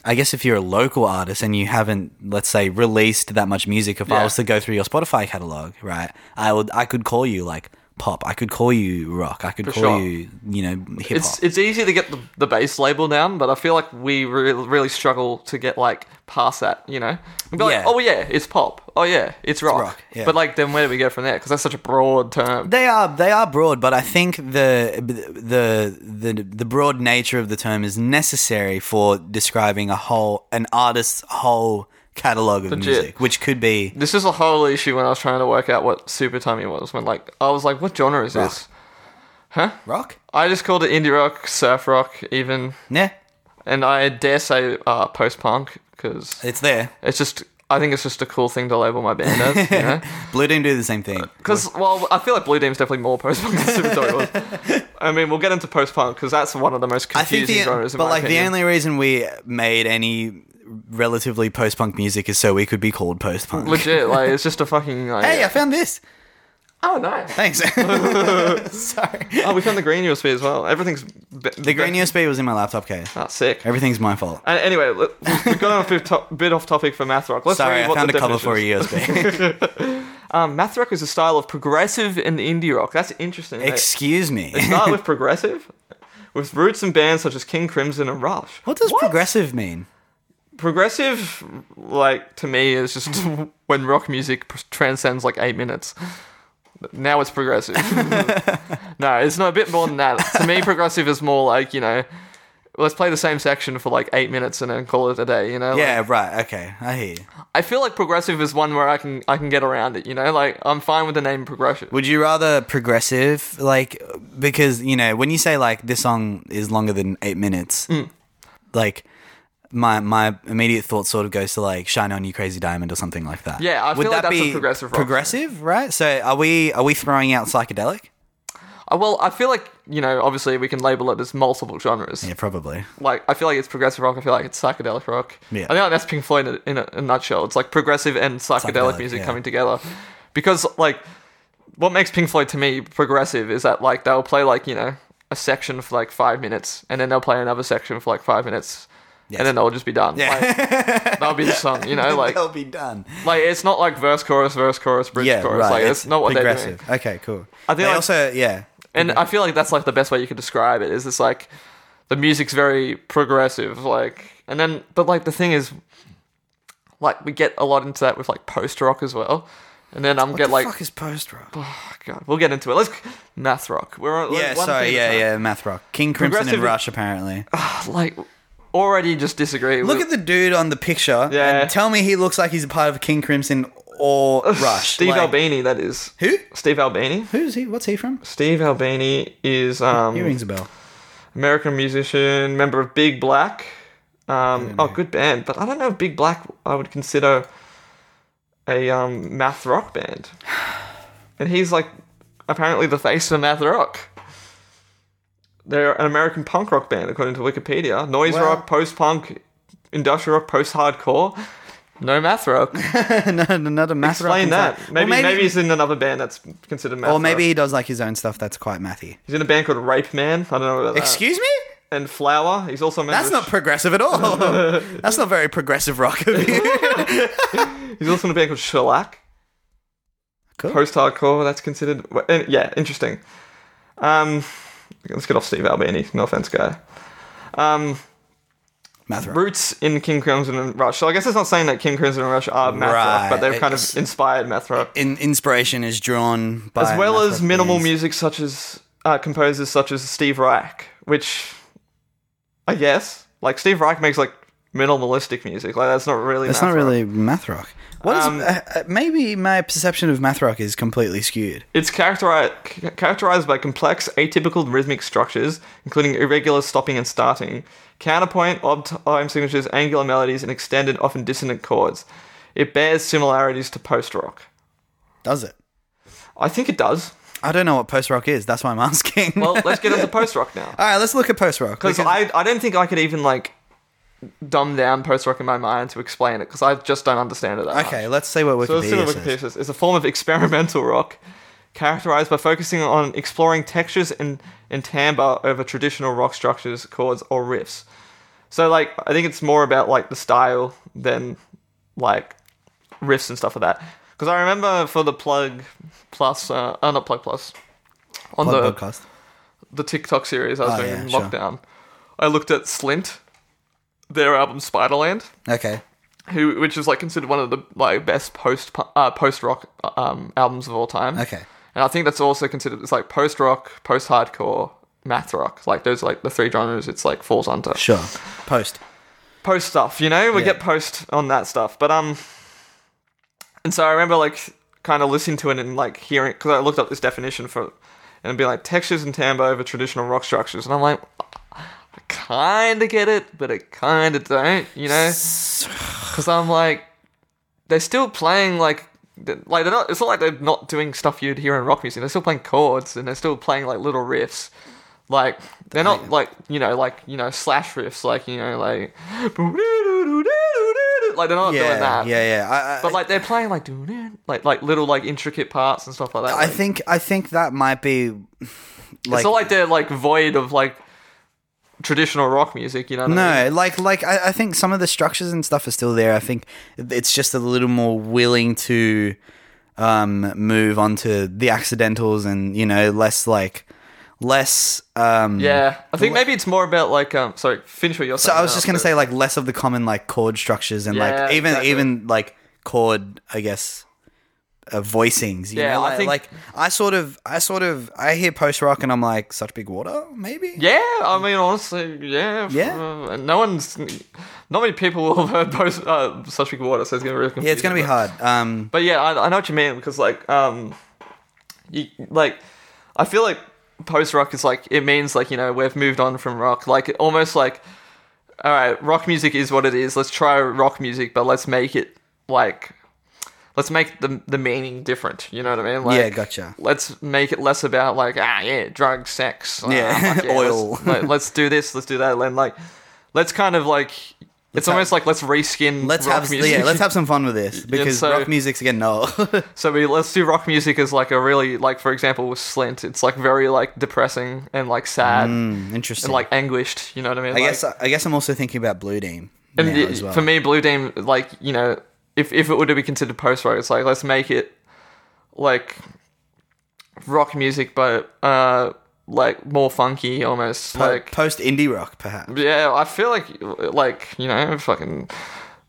C: I guess if you're a local artist and you haven't, let's say, released that much music, if
B: Yeah.
C: I was to go through your Spotify catalog, right, I would I could call you like pop. I could call you rock. I could call
B: sure.
C: you, you know, hip
B: It's
C: hop.
B: it's easy to get the, the bass label down, but I feel like we re- really struggle to get like past that. You know, we'd be
C: Yeah.
B: like, oh yeah, it's pop. Oh yeah, it's rock.
C: rock, yeah.
B: But like, then where do we go from there? Because that's such a broad term.
C: They are they are broad, but I think the the the the broad nature of the term is necessary for describing a whole an artist's whole catalog of music, which could be
B: This is a whole issue when I was trying to work out what super tummy was. When like I was like, what genre is this?
C: rock.
B: I just called it indie rock, surf rock, even,
C: Yeah,
B: and I dare say uh, post punk because
C: it's there.
B: it's just. I think it's just a cool thing to label my band as.
C: <laughs>
B: You know?
C: Blue Doom do the same thing.
B: Because well, I feel like Blue Demon's definitely more post punk than Super Dog was.
C: <laughs>
B: I mean, we'll get into post punk because that's one of the most
C: I think
B: confusing
C: the
B: genres. In
C: but
B: my
C: like the
B: opinion.
C: only reason we made any relatively post punk music is so we could be called post punk.
B: legit, like it's
C: <laughs>
B: just a fucking. Like,
C: Hey, I found this.
B: oh nice. <laughs>
C: Thanks. Sorry.
B: Oh, we found the green USB as well. Everything's be-
C: The green USB was in my laptop case.
B: Oh, sick.
C: Everything's my fault.
B: And anyway, let-
C: <laughs>
B: we've gone off a bit to- bit off topic for math rock. Let's
C: Sorry,
B: read
C: I
B: what
C: found
B: the
C: a cover for a
B: definition is. <laughs>
C: USB.
B: Um, math rock is a style of progressive and indie rock. That's interesting. They
C: Excuse me. <laughs>
B: Start with progressive, with roots and bands such as King Crimson and Rush.
C: What does progressive mean?
B: progressive like to me is just
C: <laughs>
B: when rock music pr- transcends like eight minutes now
C: <laughs>
B: it's progressive no it's not a bit more than that to me progressive is more like you know let's play the same section for like eight minutes and then call it a day you know Like,
C: Yeah, right. Okay, I hear you.
B: i feel like progressive is one where i can i can get around it you know like i'm fine with the name progression
C: Would you rather progressive, like, because you know when you say like this song is longer than eight minutes,
B: Mm.
C: like my my immediate thought sort of goes to like "Shine on You Crazy Diamond" or something like that.
B: Yeah, I
C: Would
B: feel like
C: that
B: that's a
C: be
B: progressive rock song.
C: Progressive, right? So are we are we throwing out psychedelic?
B: Uh, well i feel like you know obviously we can label it as multiple genres
C: Yeah, probably.
B: like I feel like it's progressive rock. I feel like it's psychedelic rock.
C: Yeah.
B: I think like that's Pink Floyd in a, in, a, in a nutshell. It's like progressive and psychedelic,
C: Psychedelic,
B: music
C: yeah.
B: coming together, because like what makes Pink Floyd to me progressive is that like they'll play like you know a section for like five minutes, and then they'll play another section for like five minutes, and then they'll just be done. Yeah. Like, that'll be the song,
C: <laughs>
B: you know. <laughs> Like
C: They'll be done.
B: like it's not like verse chorus verse chorus bridge
C: Yeah,
B: chorus.
C: right.
B: Like
C: it's
B: it's, not what they're
C: progressive.
B: doing.
C: Okay, cool.
B: I think
C: they
B: like-
C: also yeah.
B: And I feel like that's like the best way you could describe it is it's like the music's very progressive, like and then but like the thing is like we get a lot into that with like post rock as well. And then I'm get
C: the
B: like
C: fuck is post rock?
B: oh, God, we'll get into it. Let's math rock. We're on
C: yeah,
B: one
C: sorry,
B: thing
C: yeah,
B: at a
C: yeah, math rock. King Crimson and
B: Progressive-
C: Rush, apparently.
B: time. Like already just disagree.
C: Look
B: with,
C: at the dude on the picture.
B: Yeah.
C: And tell me he looks like he's a part of King Crimson or Rush.
B: <laughs> Steve
C: Like,
B: Albini, that is.
C: Who?
B: Steve Albini.
C: Who's he? What's he from?
B: Steve Albini is um
C: He rings a bell.
B: American musician, member of Big Black. Um, oh, good band, but I don't know if Big Black I would consider a um, math rock band. <sighs> And he's like apparently the face of math rock. They're an American punk rock band, according to Wikipedia. Noise
C: Well-
B: rock, post punk, industrial rock, post hardcore. No math rock.
C: <laughs> no, no, not a math rock.
B: Explain
C: inside.
B: that.
C: Well,
B: Maybe, maybe he's in another band that's considered math.
C: or maybe
B: rock.
C: he does like his own stuff that's quite mathy.
B: he's in a band called Rape Man. I don't know about that.
C: Excuse me?
B: and Flower. He's also a member
C: That's
B: of
C: not progressive at
B: <laughs>
C: all. that's not very progressive rock of you.
B: He's also in a band called Shellac.
C: Cool.
B: Post hardcore, that's considered. wh- eh, Yeah, interesting. Um, let's get off Steve Albini. No offense, guy. Um,
C: math rock.
B: roots in King Crimson and Rush. So I guess it's not saying that King Crimson and Rush are math rock, but
C: Right,
B: they've kind
C: it's-
B: of inspired math rock,
C: In, inspiration is drawn by
B: as well
C: math
B: as
C: rock
B: minimal
C: bands.
B: music such as uh, composers such as Steve Reich, which I guess like Steve Reich makes like minimalistic music. Like that's not really.
C: That's
B: math
C: not
B: rock.
C: really math rock. What is
B: Um,
C: uh, uh, maybe my perception of math rock is completely skewed.
B: It's characterized, characterized by complex, atypical rhythmic structures, including irregular stopping and starting, counterpoint, odd time signatures, angular melodies, and extended, often dissonant chords. It bears similarities to post rock.
C: Does it?
B: I think it does.
C: I don't know what post rock is. That's why I'm <laughs> asking.
B: Well, let's get into <laughs> post rock now.
C: all right, let's look at post rock.
B: Because I, I don't think I could even, like, dumb down post rock in my mind to explain it, because I just don't understand it that much.
C: okay, let's see what
B: So
C: Wikipedia
B: let's see what
C: says.
B: Wikipedia says. It's a form of experimental rock, characterized by focusing on exploring textures and, and timbre over traditional rock structures, chords, or riffs. So, like, I think it's more about like the style than like riffs and stuff like that. Because I remember for the plug plus, uh, oh, uh, not plug plus, on
C: Plug
B: the
C: podcast.
B: the TikTok series I was
C: Oh,
B: doing
C: yeah,
B: in
C: sure.
B: lockdown, I looked at Slint, their album Spiderland,
C: Okay.
B: who which is like considered one of the like best post uh, post rock um, albums of all time.
C: Okay.
B: and I think that's also considered it's like post rock, post hardcore, math rock. Like those are like the three genres it's like falls under.
C: Sure. Post.
B: post stuff, you know? We
C: Yeah.
B: get post on that stuff. But, um, and so I remember, like, kind of listening to it and, like, hearing, because I looked up this definition for, and it'd be like textures and timbre over traditional rock structures. And I'm like, I kind of get it, but I kind of don't, you know? Because I'm like, they're still playing, like, th- like they're not, it's not like they're not doing stuff you'd hear in rock music. They're still playing chords and they're still playing like little riffs. Like they're not like you know like you know slash riffs like you know like <laughs> like they're not doing
C: Yeah. Yeah.
B: that.
C: Yeah. I, I,
B: But like they're playing like like like little like intricate parts and stuff like that.
C: I
B: Like,
C: think I think that might be like
B: it's not like they're like void of like traditional rock music. You know? What I mean?
C: no, like like I, I think some of the structures and stuff are still there. I think it's just a little more willing to um, move on to the accidentals and you know less like less. Um,
B: Yeah, I think maybe it's more about like um. Sorry, finish what you're
C: So
B: saying.
C: I was
B: now,
C: just gonna
B: but-
C: say like less of the common like chord structures and
B: Yeah,
C: like even
B: exactly.
C: even like chord I guess uh, voicings. You
B: Yeah,
C: know?
B: I
C: like,
B: think-
C: like I sort of I sort of I hear post rock and I'm like such big water maybe.
B: Yeah, I mean, honestly, yeah. f-
C: Yeah.
B: uh, no one's. Not many people will <laughs> have heard post, uh, Such Big Water, so it's going to be really confusing.
C: Yeah, it's gonna be
B: but-
C: hard. Um,
B: But yeah, I, I know what you mean, because, like, um, you, like, I feel like post rock is like, it means, like, you know, we've moved on from rock. Like, almost like, all right, rock music is what it is. Let's try rock music, but let's make it, like, let's make the, the meaning different. You know what I mean? Like,
C: yeah, gotcha.
B: let's make it less about like ah yeah drugs sex ah,
C: Yeah, <laughs>
B: fuck
C: oil.
B: let's, let, us do this let's do that and like let's kind of like it's
C: have-
B: almost like let's reskin
C: Let's
B: rock
C: have
B: music
C: yeah, let's have some fun with
B: <laughs>
C: this because
B: so-
C: rock music's again <laughs> no.
B: so we let's do rock music as like a really like for example with slint it's like very like depressing and like sad
C: Interesting.
B: and like anguished you know what i mean
C: Mm. I guess I guess I'm also thinking about Blue Team
B: and
C: now
B: the-
C: as well.
B: for me blue Team, like you know if, if it were to be considered post rock it's like let's make it like rock music but uh like more funky almost like
C: post indie rock perhaps.
B: Yeah, I feel like like you know fucking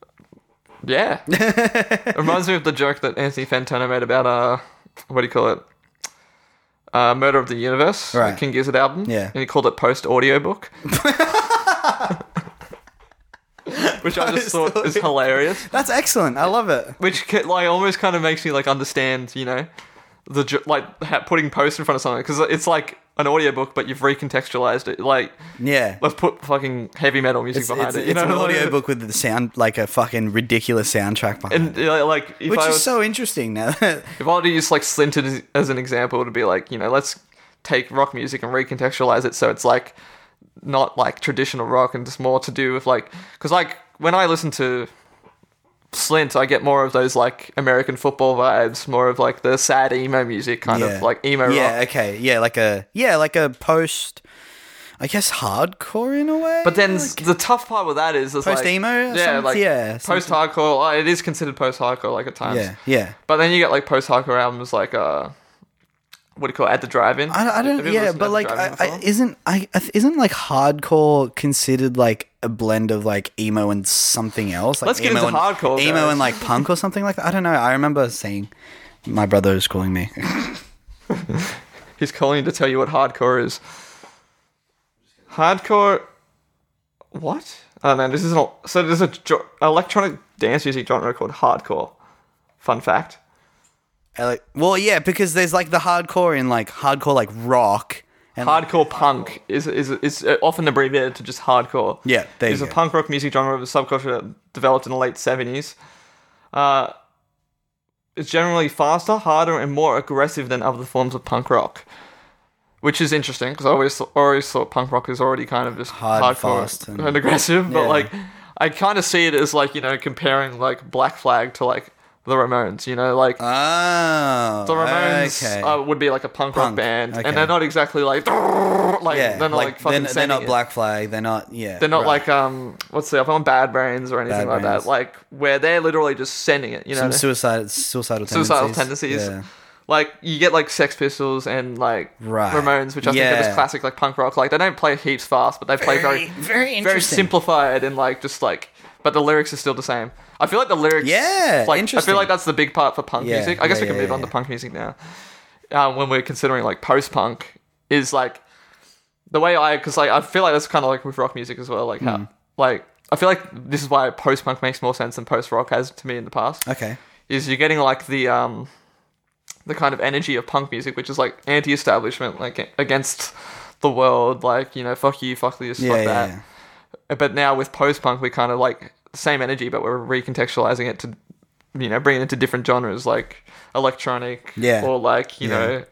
C: <laughs>
B: yeah. it reminds me of the joke that Anthony Fantano made about uh what do you call it? Uh, Murder of the Universe, the
C: Right.
B: King Gizzard album.
C: Yeah.
B: and he called it post
C: <laughs>
B: audiobook. Which I just thought is hilarious.
C: That's excellent. I love it.
B: Which ca- like almost kind of makes me like understand, you know, the jo- like ha- putting post in front of something because it's like an audiobook, but you've recontextualized it. Like
C: Yeah.
B: let's put fucking heavy metal music
C: It's,
B: behind
C: it's,
B: it. You
C: it's
B: know,
C: an
B: like-
C: audiobook with the sound like a fucking ridiculous soundtrack behind
B: And
C: it.
B: uh, like, if
C: Which
B: I
C: is
B: was,
C: so interesting now. that-
B: if I were to use like Slinted as, as an example, to be like, you know, let's take rock music and recontextualize it so it's like not like traditional rock and just more to do with like, because like when I listen to Slint, I get more of those like American football vibes, more of like the sad emo music <laughs> kind
C: Yeah.
B: of like emo
C: Yeah,
B: rock.
C: okay. Yeah, like a yeah, like a post I guess hardcore in a way.
B: But then
C: like,
B: the tough part with that is it's like-
C: Post-emo or
B: yeah,
C: something?
B: like
C: Yeah,
B: post hardcore. it is considered post hardcore, like at times.
C: yeah, yeah.
B: But then you get like post hardcore albums like uh, what do you call it? At the drive-in.
C: I, I
B: Have
C: don't.
B: you
C: Yeah,
B: listened to At
C: but
B: the
C: like,
B: Drive-In
C: I, I,
B: before?
C: isn't I I th- isn't like hardcore considered like a blend of like emo and something else? Like
B: Let's get
C: emo and,
B: into hardcore,
C: emo
B: guys.
C: and like punk or something like that. I don't know. I remember seeing my brother was calling me. <laughs>
B: he's calling to tell you what hardcore is. Hardcore. What? Oh no, this is an so there's a jo- electronic dance music genre called hardcore. Fun fact.
C: Ele- well, yeah, because there's like the hardcore in like hardcore like rock and like,
B: Hardcore punk is is is uh, often abbreviated to just hardcore.
C: Yeah, there
B: it's
C: you
B: a
C: go.
B: punk rock music genre of a subculture that developed in the late seventies. Uh, it's generally faster, harder, and more aggressive than other forms of punk rock, which is interesting because I always always thought punk rock is already kind of just
C: Hard,
B: hardcore
C: fast,
B: and,
C: and-
B: aggressive, but
C: Yeah.
B: like I kind of see it as like you know comparing like Black Flag to like the Ramones, you know, like.
C: oh,
B: the Ramones
C: okay.
B: uh, would be like a punk, rock
C: Punk,
B: band,
C: okay.
B: and they're not exactly like <laughs> like
C: yeah,
B: they're not like,
C: like,
B: fucking
C: they're, they're not
B: singing it.
C: Black Flag. They're not yeah.
B: They're not
C: right.
B: like um what's the other one, Bad Brains or anything
C: Bad
B: like
C: Brains.
B: that. Like where they're literally just sending it, you know.
C: some suicidal suicidal tendencies.
B: uh, suicidal tendencies.
C: Yeah.
B: Like you get like Sex Pistols and like
C: Right.
B: Ramones, which I think are
C: Yeah.
B: just classic like punk rock. Like they don't play heaps fast, but they play very
C: very
B: very
C: interesting.
B: simplified and like just like. But the lyrics are still the same. I feel like the lyrics.
C: Yeah,
B: like, I
C: interesting.
B: feel like that's the big part for punk
C: Yeah,
B: music. I guess
C: yeah,
B: we can
C: yeah,
B: move on
C: yeah.
B: to punk music now. Um, when we're considering like post punk, is like the way I because like I feel like that's kind of like with rock music as well. Like
C: Hmm.
B: how like I feel like this is why post punk makes more sense than post rock has to me in the past.
C: Okay.
B: Is you're getting like the um the kind of energy of punk music, which is like anti-establishment, like a- against the world, like you know, fuck you, fuck this,
C: Yeah,
B: fuck
C: yeah,
B: that. But now with post punk, we kind of like same energy, but we're recontextualizing it to you know bring it into different genres like electronic,
C: Yeah.
B: or like you
C: Yeah.
B: know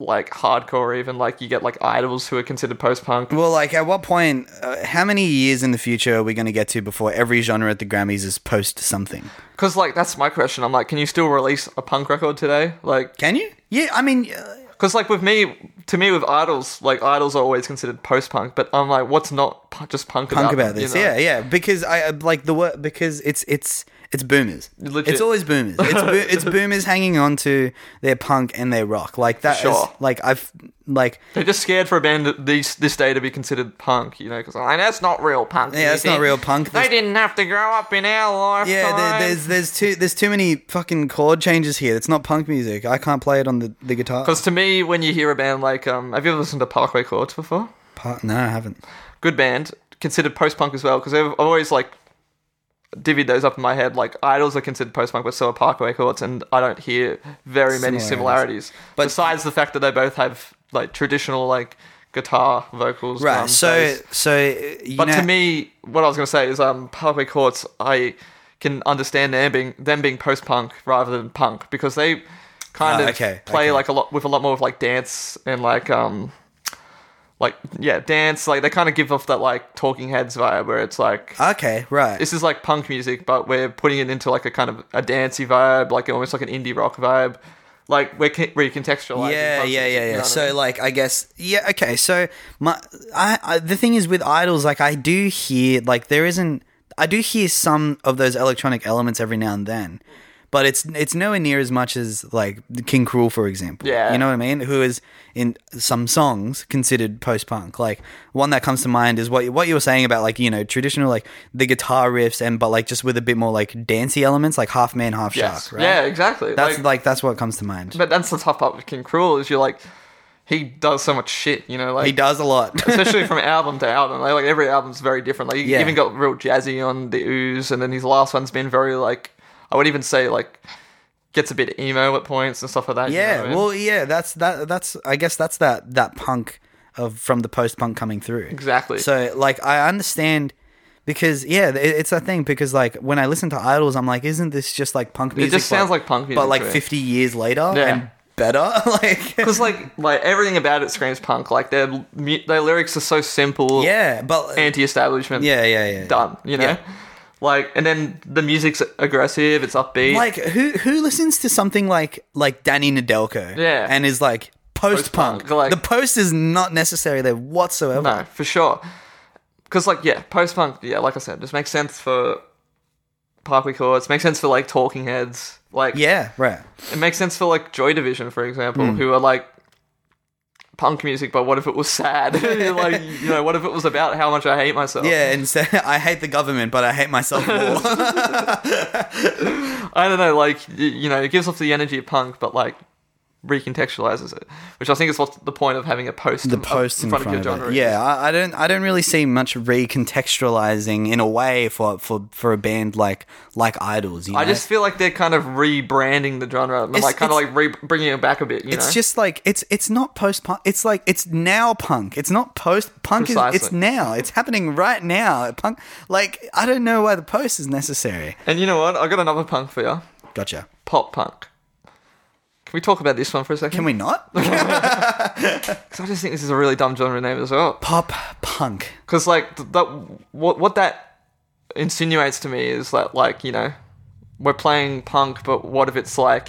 B: like hardcore, even like you get like idols who are considered post punk.
C: Well, like, at what point? Uh, how many years in the future are we going to get to before every genre at the Grammys is post something?
B: Because like that's my question. I'm like, can you still release a punk record today? Like,
C: Can you? Yeah, I mean, uh,
B: because like with me, to me with idols, like idols are always considered post punk. But I'm like, what's not pu- just punk?
C: punk
B: about,
C: about
B: them, you
C: this.
B: know?
C: Yeah, yeah, because I uh, like the word because it's it's it's boomers.
B: Legit.
C: It's always boomers. It's bo-
B: <laughs>
C: it's boomers hanging on to their punk and their rock. Like that is
B: Sure.
C: like I've like
B: They're just scared for a band that these this day to be considered punk, you know? Because like, that's not real punk.
C: Yeah,
B: you
C: that's not
B: think?
C: real punk.
B: They
C: There's-
B: didn't have to grow up in our lifetime.
C: yeah, there, there's there's too there's too many fucking chord changes here. It's not punk music. I can't play it on the the guitar.
B: Because to me, when you hear a band like, um, have you ever listened to Parkway Courts before?
C: Pa- no, I haven't.
B: Good band, considered post punk as well. Because I've always like divvied those up in my head. Like idols are considered post punk, but so are Parkway Courts, and I don't hear very many
C: Similarities.
B: similarities. besides the fact that they both have like traditional like guitar vocals,
C: Right.
B: um,
C: so
B: bass.
C: so uh, you
B: But
C: know,
B: to me, what I was going to say is, um, Parkway Courts, I can understand them being them being post punk rather than punk because they
C: Ah,
B: kind of
C: okay,
B: play
C: okay.
B: like a lot with a lot more of like dance and like um, like yeah, dance. Like they kind of give off that like Talking Heads vibe where it's like
C: okay, right.
B: this is like punk music, but we're putting it into like a kind of a dancey vibe, like almost like an indie rock vibe. Like we're ca- recontextualizing.
C: yeah,
B: punk
C: yeah,
B: music,
C: yeah,
B: you know
C: yeah.
B: what I
C: So
B: mean?
C: like, I guess, yeah, okay. So my, I, I, the thing is with idols, like I do hear, like there isn't, I do hear some of those electronic elements every now and then, but it's it's nowhere near as much as like King Cruel, for example.
B: Yeah.
C: you know what I mean? Who is in some songs considered post punk? Like one that comes to mind is what what you were saying about like you know traditional like the guitar riffs and but like just with a bit more like dancey elements, like half man, half
B: yes.
C: shark. Right?
B: yeah, exactly.
C: That's
B: Like-
C: like, that's what comes to mind.
B: But that's the tough part with King Cruel is you're like, he does so much shit, you know, like
C: he does a
B: <laughs>
C: lot.
B: especially from album to album. Like, like, every album's very different. Like you
C: Yeah.
B: even got real jazzy on the ooze, and then his last one's been very like I would even say like gets a bit emo at points and stuff like that. you know
C: Yeah,
B: what I mean?
C: well, yeah, that's that. That's I guess that's that that punk of from the post punk coming through.
B: Exactly.
C: So like I understand because yeah, it, it's that thing because like when I listen to Idols, I'm like, isn't this just like punk music?
B: just sounds
C: but-
B: like punk
C: but
B: music
C: like
B: to me.
C: 50 years later
B: Yeah.
C: and better. <laughs> like
B: because like like everything about it screams punk. Like their mu- their lyrics are so simple,
C: yeah, but
B: anti-establishment,
C: yeah, yeah, yeah.
B: done. You know,
C: Yeah.
B: like and then the music's aggressive, it's upbeat.
C: Like who who listens to something like like Danny Nedelko?
B: Yeah.
C: and is like post punk.
B: Post-punk, like-
C: the post is not necessary there whatsoever.
B: No, for sure. Because, like, yeah, post punk, yeah, like I said, just makes sense for Parkway Courts, makes sense for, like, Talking Heads. Like,
C: Yeah, Hmm. right.
B: it makes sense for, like, Joy Division, for example, who are, like, punk music, but what if it was sad? <laughs> like, you know, what if it was about how much I hate myself?
C: Yeah, and so, <laughs> I hate the government, but I hate myself more. <laughs>
B: I don't know, like, y- you know, it gives off the energy of punk, but, like, recontextualizes it, which I think is what's the point of having a post
C: the post in
B: front,
C: front,
B: of your
C: of,
B: genre.
C: it.
B: is.
C: Yeah, I, I don't, I don't really see much recontextualizing in a way for for, for a band like like Idols. You know?
B: I just feel like they're kind of rebranding the genre, and
C: It's-
B: like kind of
C: it's-
B: like re- bringing it back a bit. You
C: it's
B: know?
C: just like it's it's not post punk. It's like it's now punk. It's not post punk. Is, it's
B: Precisely.
C: now. It's happening right now. Punk. Like I don't know why the post is necessary.
B: And you know what? I got another punk for you.
C: Gotcha.
B: Pop punk. Can we talk about this one for a second?
C: Can we not?
B: <laughs> 'Cause I just think this is a really dumb genre name as well.
C: Pop punk.
B: Because like th- that, what what that insinuates to me is that like you know, we're playing punk, but what if it's like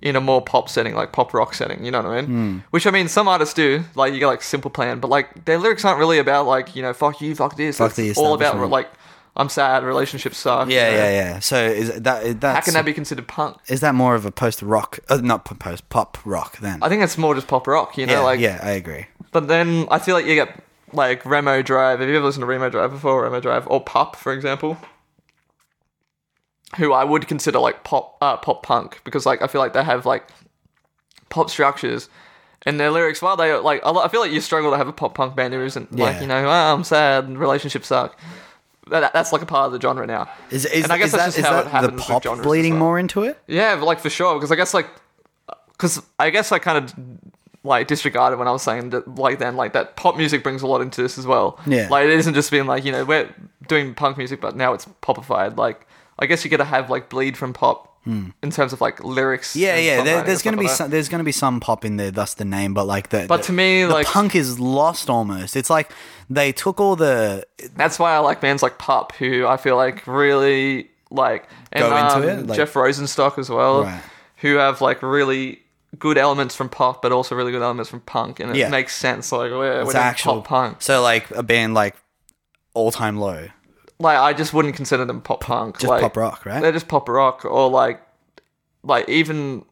B: in a more pop setting, like pop rock setting? You know what I
C: Hmm.
B: mean? Which I mean, some artists do. Like you get like Simple Plan, but like their lyrics aren't really about like you know, fuck you, fuck this.
C: Fuck the
B: it's all about
C: establishment.
B: like I'm sad. Relationships suck.
C: Yeah,
B: you know.
C: yeah, yeah. So is that is
B: How
C: that
B: can that be considered punk?
C: is that more of a post rock? Uh, not p- post pop rock then.
B: I think it's more just pop rock, you know.
C: yeah,
B: like,
C: yeah, I agree.
B: But then I feel like you get like Remo Drive. Have you ever listened to Remo Drive before? Remo Drive or Pup, for example, who I would consider like pop uh, pop punk because like I feel like they have like pop structures and their lyrics. While they like, a lot- I feel like you struggle to have a pop punk band who isn't like
C: Yeah.
B: you know "Oh, I'm sad, and relationships suck. That, that's like a part of the genre now.
C: Is is,
B: And I guess
C: is
B: that's
C: that,
B: just
C: is
B: how it
C: that
B: happens
C: the
B: with
C: pop
B: genres as
C: bleeding
B: well.
C: more into it?
B: Yeah, but, like for sure, because I guess like, because I guess I kind of like disregarded when I was saying that like then like that pop music brings a lot into this as well.
C: Yeah.
B: like it isn't just being like you know we're doing punk music, but now it's popified. Like I guess you got to have like bleed from pop in terms of like lyrics.
C: Hmm. Yeah,
B: and
C: yeah.
B: songwriting
C: There,
B: and
C: there's
B: stuff
C: gonna be
B: like that.
C: some, there's gonna be some pop in there. That's the name, but like the.
B: But
C: the-
B: to me,
C: the
B: like-
C: punk is lost almost. It's like they took all the
B: That's why I like bands like Pup, who I feel like really like and
C: Go into
B: um,
C: it, like-
B: Jeff Rosenstock as well,
C: Right.
B: who have like really good elements from pop, but also really good elements from punk, and it
C: Yeah.
B: makes sense. Like we're, we're
C: it's
B: doing
C: actual
B: pop punk.
C: So like a band like All Time Low.
B: Like I just wouldn't consider them pop punk.
C: just
B: like,
C: pop rock, right?
B: They're just pop rock, or like, like even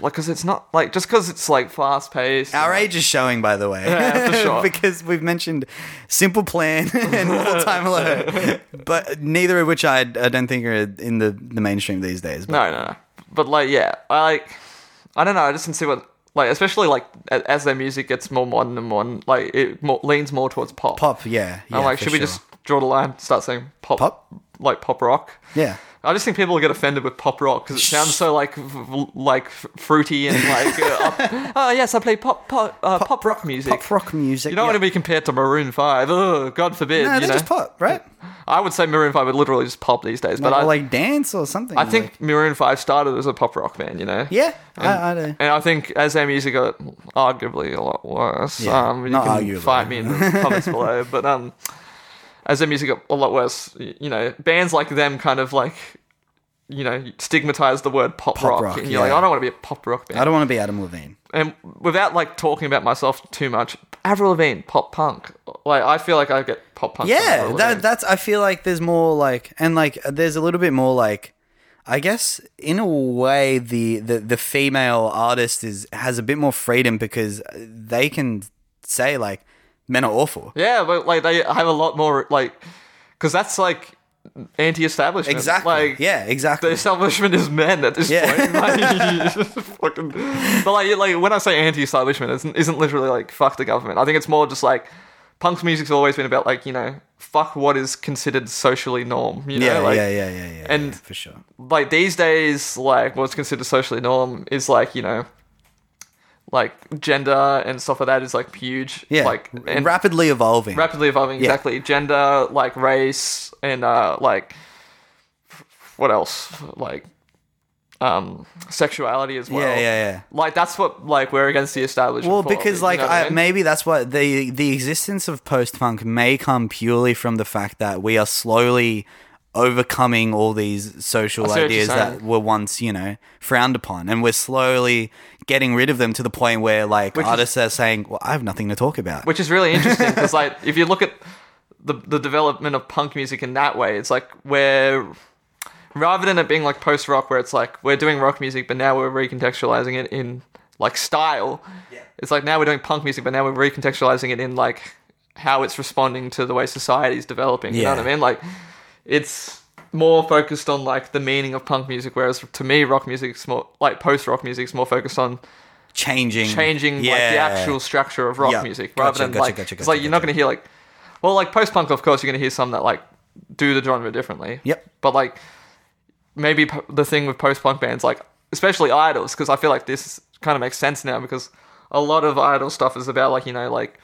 B: like because it's not like just because it's like fast paced.
C: Our age is showing, by the way, <laughs>
B: Yeah, for sure.
C: because we've mentioned Simple Plan <laughs> and All Time
B: <laughs>
C: Low, but neither of which I, I don't think are in the, the mainstream these days. But
B: No, no, no. But like, yeah, I like. I don't know. I just didn't see what like, especially like a- as their music gets more modern and modern, like it more, leans more towards pop.
C: pop, yeah, yeah
B: I'm like,
C: for
B: should we
C: sure.
B: just draw the line? Start saying pop,
C: Pop?
B: like pop rock.
C: yeah?
B: I just think people get offended with pop rock because it sounds so like v- v- like f- fruity and like uh,
C: <laughs>
B: up, oh yes I play pop pop uh, pop, rock music.
C: Pop rock music.
B: You don't
C: yeah.
B: want to be compared to Maroon Five. Ugh, God forbid.
C: No,
B: you
C: they're
B: know?
C: just pop, right?
B: I would say Maroon Five would literally just pop these days, but
C: like,
B: I,
C: like dance or something.
B: I think Maroon Five started as a pop rock band. You know.
C: yeah, I, I don't.
B: And I think as their music got arguably a lot worse,
C: Yeah,
B: um, you
C: not
B: can
C: arguably.
B: fight me in the
C: <laughs>
B: comments below. But um, as their music got a lot worse, y- you know, bands like them kind of like, you know, stigmatize the word pop, rock,
C: rock,
B: and you're like,
C: yeah.
B: I don't want to be a pop rock band.
C: I don't want to be Adam Levine.
B: and without like talking about myself too much, Avril Lavigne, pop punk. Like I feel like I get pop punk. from
C: Yeah,
B: Avril Lavigne.
C: that, that's. I feel like there's more like, and like there's a little bit more like, I guess in a way the the, the female artist is has a bit more freedom because they can say like men are awful.
B: Yeah, but like they have a lot more like, because that's like anti-establishment.
C: Exactly.
B: Like
C: yeah.
B: the
C: Exactly.
B: establishment is men at this
C: Yeah. <laughs>
B: point. Like, <laughs> fucking, but like, like when I say anti-establishment, it isn't, isn't literally like fuck the government. I think it's more just like punk's music's always been about like you know fuck what is considered socially norm. You know,
C: Yeah,
B: like,
C: yeah. Yeah. Yeah. Yeah.
B: and-
C: yeah, for sure.
B: Like these days, like what's considered socially norm is like you know. Like gender and stuff like that is like huge.
C: Yeah.
B: Like and
C: rapidly evolving.
B: rapidly evolving
C: Yeah.
B: exactly gender like race and uh like what else like um sexuality as well
C: yeah. Yeah. Yeah.
B: like that's what like we're against the establishment
C: Well,
B: for,
C: because
B: you
C: like
B: know what
C: I,
B: mean?
C: maybe that's what the the existence of post punk may come purely from the fact that we are slowly overcoming all these social
B: see what you're
C: ideas that
B: saying.
C: were once you know frowned upon, and we're slowly getting rid of them to the point where like
B: is-
C: artists are saying, "Well, I have nothing to talk about."
B: which is really interesting because like if you look at the the development of punk music in that way, it's like where rather than it being like post rock, where it's like we're doing rock music, but now we're recontextualizing it in like style. It's like now we're doing punk music, but now we're recontextualizing it in like how it's responding to the way society's developing. You know
C: Yeah.
B: what I mean? Like it's more focused on like the meaning of punk music, whereas to me, rock music's more like post rock music's more focused on
C: changing,
B: changing like the actual structure of rock
C: Yeah.
B: music
C: Gotcha,
B: rather than
C: gotcha,
B: like
C: gotcha,
B: it's
C: gotcha,
B: like you're not
C: gotcha.
B: going to hear like well like post punk of course you're going to hear some that like do the genre differently.
C: Yep.
B: But like maybe po- the thing with post punk bands like especially idols because I feel like this kind of makes sense now because a lot of idol stuff is about like you know like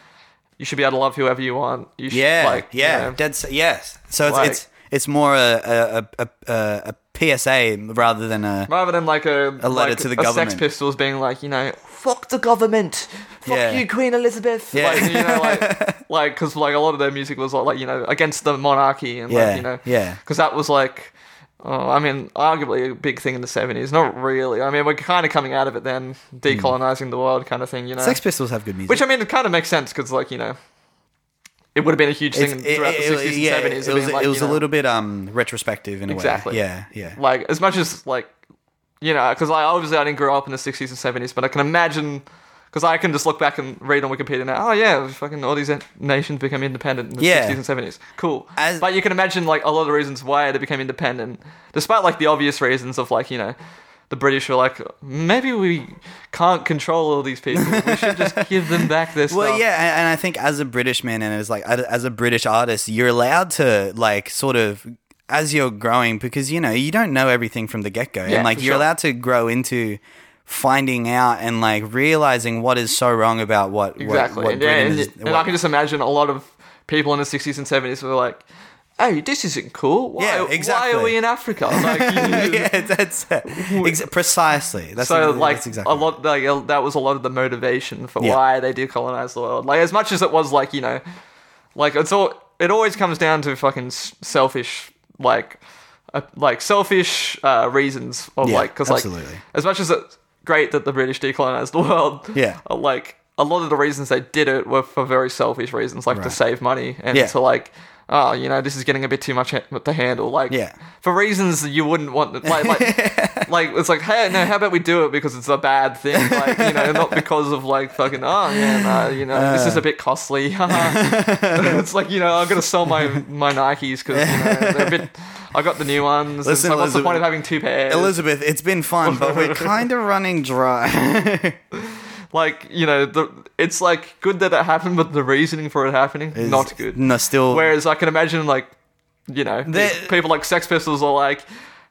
B: you should be able to love whoever you want. You should,
C: Yeah,
B: like, you
C: yeah,
B: know.
C: dead. se- Yes. So it's
B: Like-
C: it's it's more a a, a, a a PSA rather than a
B: Rather than like a, a
C: letter
B: like
C: to the
B: a Sex
C: government.
B: Pistols being like, you know, fuck the government, fuck
C: Yeah.
B: you, Queen Elizabeth.
C: Yeah.
B: Like, you know,
C: <laughs>
B: like, like, because like a lot of their music was like, you know, against the monarchy and
C: Yeah,
B: like, you know,
C: yeah.
B: because that was like, oh, I mean, arguably a big thing in the seventies. Not really. I mean, we're kind of coming out of it then,
C: Hmm.
B: decolonizing the world, kind of thing. You know,
C: Sex Pistols have good music.
B: which I mean, it kind of makes sense because like you know, it would have been a huge thing
C: It's-
B: throughout the 60s
C: yeah,
B: and 70s.
C: It
B: of
C: was,
B: being like,
C: it was
B: you
C: a
B: know,
C: little bit um retrospective in a
B: Exactly.
C: way. Yeah, yeah.
B: like as much as like you know because like obviously i didn't grow up in the 60s and 70s but i can imagine because i can just look back and read on wikipedia now oh yeah fucking all these en- nations become independent in the
C: Yeah.
B: 60s and 70s cool
C: As-
B: but you can imagine like a lot of the reasons why they became independent despite like the obvious reasons of like you know the british were like maybe we can't control all these people we should
C: <laughs>
B: just give them back their stuff
C: Well, yeah, and, and I think as a British man, and it's like as as a British artist, you're allowed to like sort of as you're growing because you know you don't know everything from the get go,
B: Yeah,
C: and like
B: for
C: you're
B: sure.
C: allowed to grow into finding out and like realizing what is so wrong about what what-
B: Exactly.
C: what,
B: and, yeah,
C: Britain
B: and,
C: is-
B: and
C: what- <laughs>
B: I can just imagine a lot of people in the 60s and 70s were like, hey, this isn't cool. Why,
C: Yeah,
B: why
C: exactly.
B: are we in Africa?
C: <laughs>
B: Like,
C: yeah, that's
B: <laughs>
C: ex- precisely. That's
B: so,
C: ex-
B: like,
C: that's exactly
B: a lot, like, uh, that was a lot of the motivation for
C: Yeah.
B: why they did colonize the world. Like, as much as it was, like, you know, like, it's all, it always comes down to fucking s- selfish, like, uh, like selfish uh, reasons of
C: Yeah,
B: like because like
C: absolutely.
B: as much as it's great that the British decolonized the <laughs> world,
C: Yeah.
B: uh, like a lot of the reasons they did it were for very selfish reasons, like to
C: Right.
B: save money and
C: Yeah.
B: to like, oh, you know, this is getting a bit too much ha- to handle, like,
C: Yeah.
B: for reasons that you wouldn't want,
C: <laughs>
B: like, like, like it's like, hey, no, how about we do it because it's a bad thing, like, you know, not because of like fucking, oh, yeah, no, you know, this is a bit costly. <laughs> it's like, you know, I'm gonna sell my my Nikes because you know, they're a bit. I got the new ones.
C: Listen,
B: Listen, it's like, what's the
C: Elizabeth-
B: point of having two pairs?
C: Elizabeth, it's been fun, but
B: <laughs>
C: we're kind of running dry. <laughs>
B: like you know the it's like good that it happened but the reasoning for it happening not good
C: No, still.
B: whereas i can imagine like you know
C: The-
B: these people like sex pistols are like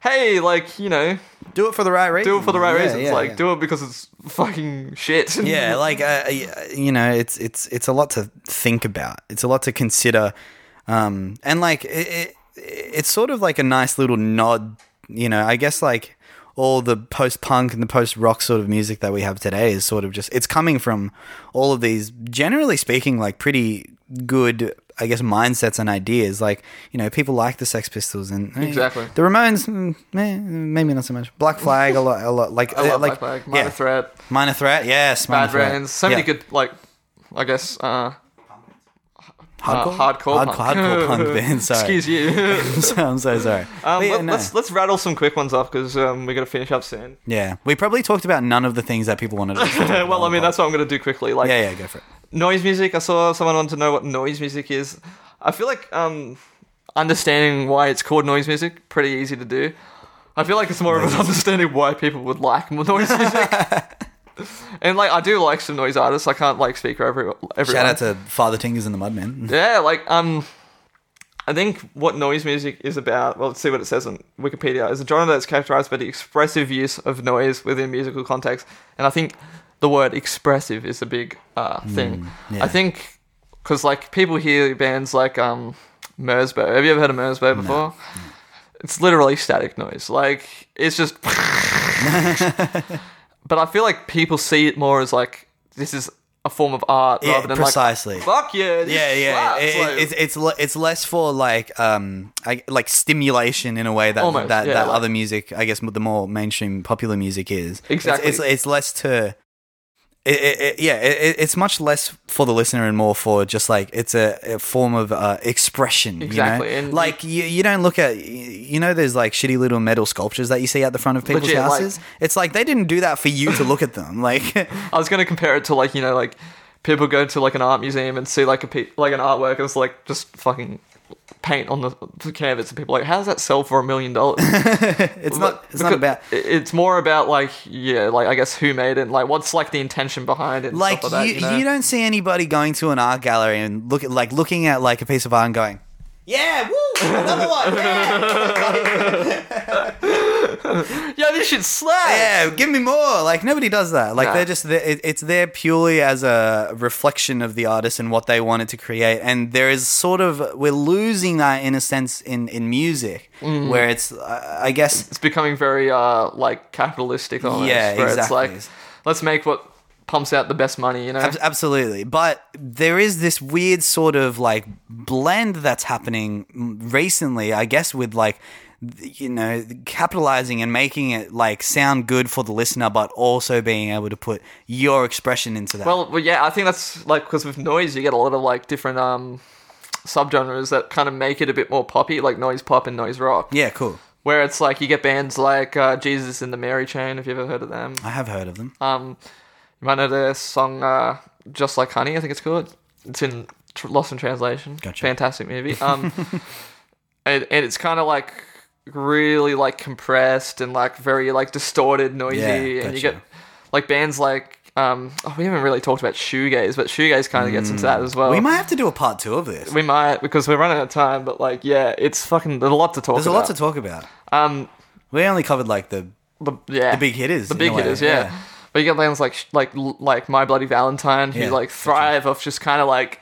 B: hey like you know
C: do it for the right reason.
B: do it for the right
C: Yeah,
B: reasons
C: yeah,
B: like
C: yeah.
B: do it because it's fucking
C: <laughs>
B: shit
C: Yeah, like uh, uh, you know, it's it's it's a lot to think about. It's a lot to consider, um, and like it, it, it's sort of like a nice little nod. You know, I guess like all the post punk and the post rock sort of music that we have today is sort of just it's coming from all of these, generally speaking, like pretty good. I guess mindsets and ideas, like you know, people like the Sex Pistols and eh,
B: Exactly.
C: the Ramones, mm, eh, maybe not so much. Black Flag, a lot, a lot, like
B: <laughs> I love
C: like
B: like, like minor
C: yeah.
B: threat
C: Minor Threat, yes. Minor
B: bad
C: Threat.
B: brands so many
C: Yeah.
B: good like i guess uh
C: hardcore,
B: uh, hardcore,
C: hardcore,
B: punk. <laughs>
C: hardcore punk bands. Sorry, <laughs>
B: Excuse you.
C: I'm so- I'm so sorry. But
B: <laughs> Um,
C: yeah,
B: let,
C: no.
B: Let's let's rattle some quick ones off because um, we're gonna finish up soon.
C: yeah, we probably talked about none of the things that people wanted. us to talk
B: <laughs> well,
C: about.
B: I mean that's what I'm gonna do quickly. Like
C: yeah, yeah, go for it.
B: noise music. I saw someone wanted to know what noise music is. I feel like um, understanding why it's called noise music pretty easy to do. I feel like it's more of an understanding why people would like more noise music.
C: <laughs>
B: and like I do like some noise artists. I can't like speak for every everyone.
C: Shout out to Father Tingers and the Mudmen.
B: yeah, like um. I think what noise music is about, well, let's see what it says on Wikipedia, is a genre that's characterized by the expressive use of noise within musical context. And I think the word expressive is a big uh, thing.
C: Hmm, yeah.
B: I think, because, like, people hear bands like um, Merzbow. Have you ever heard of Merzbow before? It's literally static noise. Like,
C: <laughs>
B: it's just. but I feel like people see it more as, like, this is a form of art
C: Yeah,
B: rather than,
C: precisely.
B: like, fuck yeah, this
C: Yeah, yeah,
B: slaps,"
C: it- it-
B: like-
C: it's it's le- it's less for like um I, like stimulation in a way that
B: Almost,
C: that,
B: yeah,
C: that
B: like-
C: other music, I guess, the more mainstream popular music is It's-
B: Exactly.
C: It's it's, less to. It, it, it, yeah, it, it- it's much less for the listener and more for just like it's a, a form of uh, expression.
B: Exactly,
C: You know?
B: and-
C: like you, you don't look at y- you know those like shitty little metal sculptures that you see out the front of people's
B: Legit, like-
C: houses. it's like they didn't do that for you to look at them. Like <laughs>
B: I was gonna compare it to like you know like people go to like an art museum and see like a pe- like an artwork and it's like just fucking paint on the, the canvas and people are like how does that sell for a million dollars?
C: <laughs> it's not it's not about
B: it- it's more about like yeah like I guess who made it and like what's like the intention behind it. And
C: like
B: stuff like
C: you,
B: that, you, know?
C: you don't see anybody going to an art gallery and look at like looking at like a piece of art and going, yeah, woo, another
B: <laughs>
C: one, yeah,
B: yeah this shit slaps.
C: yeah, give me more. Like nobody does that. Like
B: Nah.
C: they're just there, it, it's there purely as a reflection of the artist and what they wanted to create. And there is sort of we're losing that in a sense in in music
B: Mm.
C: where it's uh, I guess
B: It's becoming very uh like capitalistic almost.
C: Yeah,
B: where
C: exactly.
B: It's like let's make what pumps out the best money. You know.
C: Ab- absolutely. But there is this weird sort of like blend that's happening mm, recently, I guess, with like, th- you know, capitalizing and making it like sound good for the listener, but also being able to put your expression into that.
B: Well, well, yeah, I think that's like because with noise you get a lot of like different um subgenres that kind of make it a bit more poppy, like noise pop and noise rock.
C: Yeah, cool.
B: Where it's like you get bands like uh, Jesus and the Mary Chain, if you ever heard of them.
C: I have heard of them.
B: Um, you might know their song uh, "Just Like Honey," I think it's called. It's in tr- Lost in Translation.
C: Gotcha.
B: Fantastic movie.
C: <laughs>
B: Um, and, and it's kind of like really like compressed and like very like distorted, noisy,
C: Yeah,
B: and you
C: gotcha.
B: get like bands like. Um, oh, we haven't really talked about shoegaze, but shoegaze kind of gets into that as well.
C: Mm. we might have to do a part two of this.
B: we might because we're running out of time. But like, yeah, it's fucking there's a lot to talk.
C: There's a
B: about.
C: lot to talk about.
B: Um,
C: We only covered like the
B: the yeah
C: the big hitters.
B: the big hitters, yeah. But you get bands like like like My Bloody Valentine who
C: Yeah,
B: like thrive off just kind of like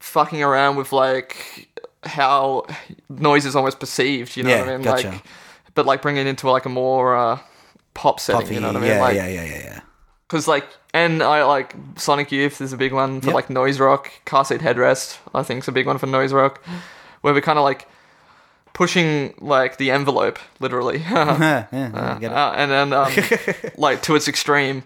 B: fucking around with like how noise is almost perceived. You know
C: Yeah,
B: what I mean?
C: gotcha.
B: Like, but like bringing it into like a more uh, pop setting. you know what I mean?
C: yeah,
B: like,
C: yeah, yeah, yeah, yeah.
B: Cause like, and I like Sonic Youth is a big one for
C: Yep.
B: like noise rock. Car seat headrest, I think, is a big one for noise rock, where we're kind of like pushing like the envelope, literally. <laughs>
C: Huh, yeah, <laughs> yeah, I get it.
B: Uh, and
C: <laughs>
B: then um, like to its extreme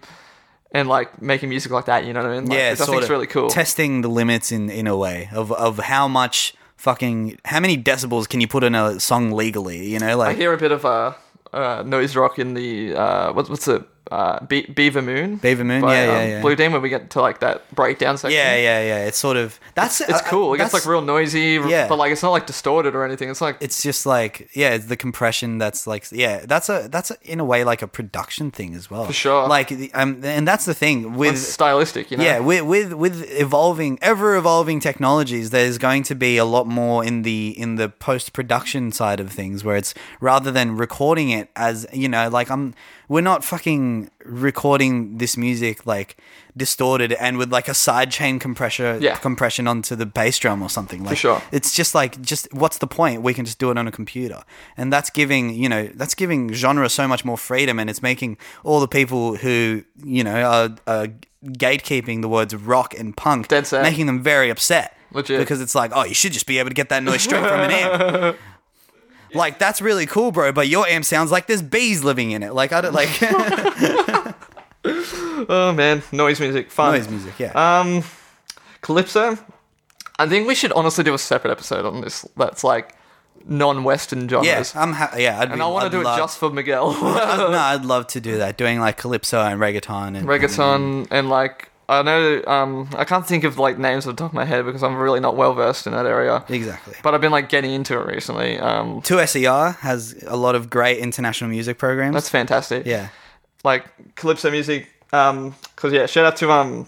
B: and like making music like that you know what i mean like,
C: yeah,
B: which i think
C: sort
B: it's
C: of
B: really cool
C: Testing the limits in in a way of of how much fucking how many decibels can you put in a song legally? You know,
B: i
C: like
B: hear a bit of uh, uh, noise rock in the uh, what's what's it uh, Be- beaver moon
C: Beaver Moon?
B: by,
C: Yeah, yeah,
B: um,
C: yeah.
B: blue demon we get to like that breakdown section
C: yeah, yeah, yeah. It's sort of that's
B: it's cool it gets like real noisy r-
C: yeah.
B: but like it's not like distorted or anything it's like
C: It's just like yeah, it's the compression. That's like yeah, that's a that's a, in a way like a production thing as well. For
B: sure.
C: Like the- um, and that's the thing with
B: it's stylistic you know
C: Yeah, with with with evolving, ever evolving technologies, there's going to be a lot more in the in the post production side of things, where it's rather than recording it as you know, like I'm, we're not fucking recording this music like distorted and with like a sidechain compressor
B: Yeah.
C: compression onto the bass drum or something. Like
B: sure.
C: it's just like just what's the point? We can just do it on a computer, and that's giving you know that's giving genre so much more freedom, and it's making all the people who you know are, are gatekeeping the words rock and punk,
B: Dead set.
C: making them very upset.
B: Legit.
C: because it's like, oh, you should just be able to get that noise straight from an amp.
B: <laughs>
C: Like that's really cool, bro. But your amp sounds like there's bees living in it. Like I
B: <laughs>
C: don't like
B: oh man noise music fun
C: noise music. Yeah,
B: Um, Calypso. I think we should honestly do a separate episode on this. That's like non-Western genres.
C: yeah. I'm ha- yeah. I'd
B: and
C: be,
B: I want to
C: I'd
B: do it
C: love-
B: just for Miguel.
C: I'd- no, I'd love to do that. Doing like calypso and reggaeton and
B: <laughs> Reggaeton and like I know um I can't think of like names off the top of my head because I'm really not well versed in that area.
C: Exactly.
B: But I've been like getting into it recently. Um,
C: 2SER E has a lot of great international music programs.
B: that's fantastic.
C: yeah.
B: Like calypso music. Um, cause yeah, shout out to um,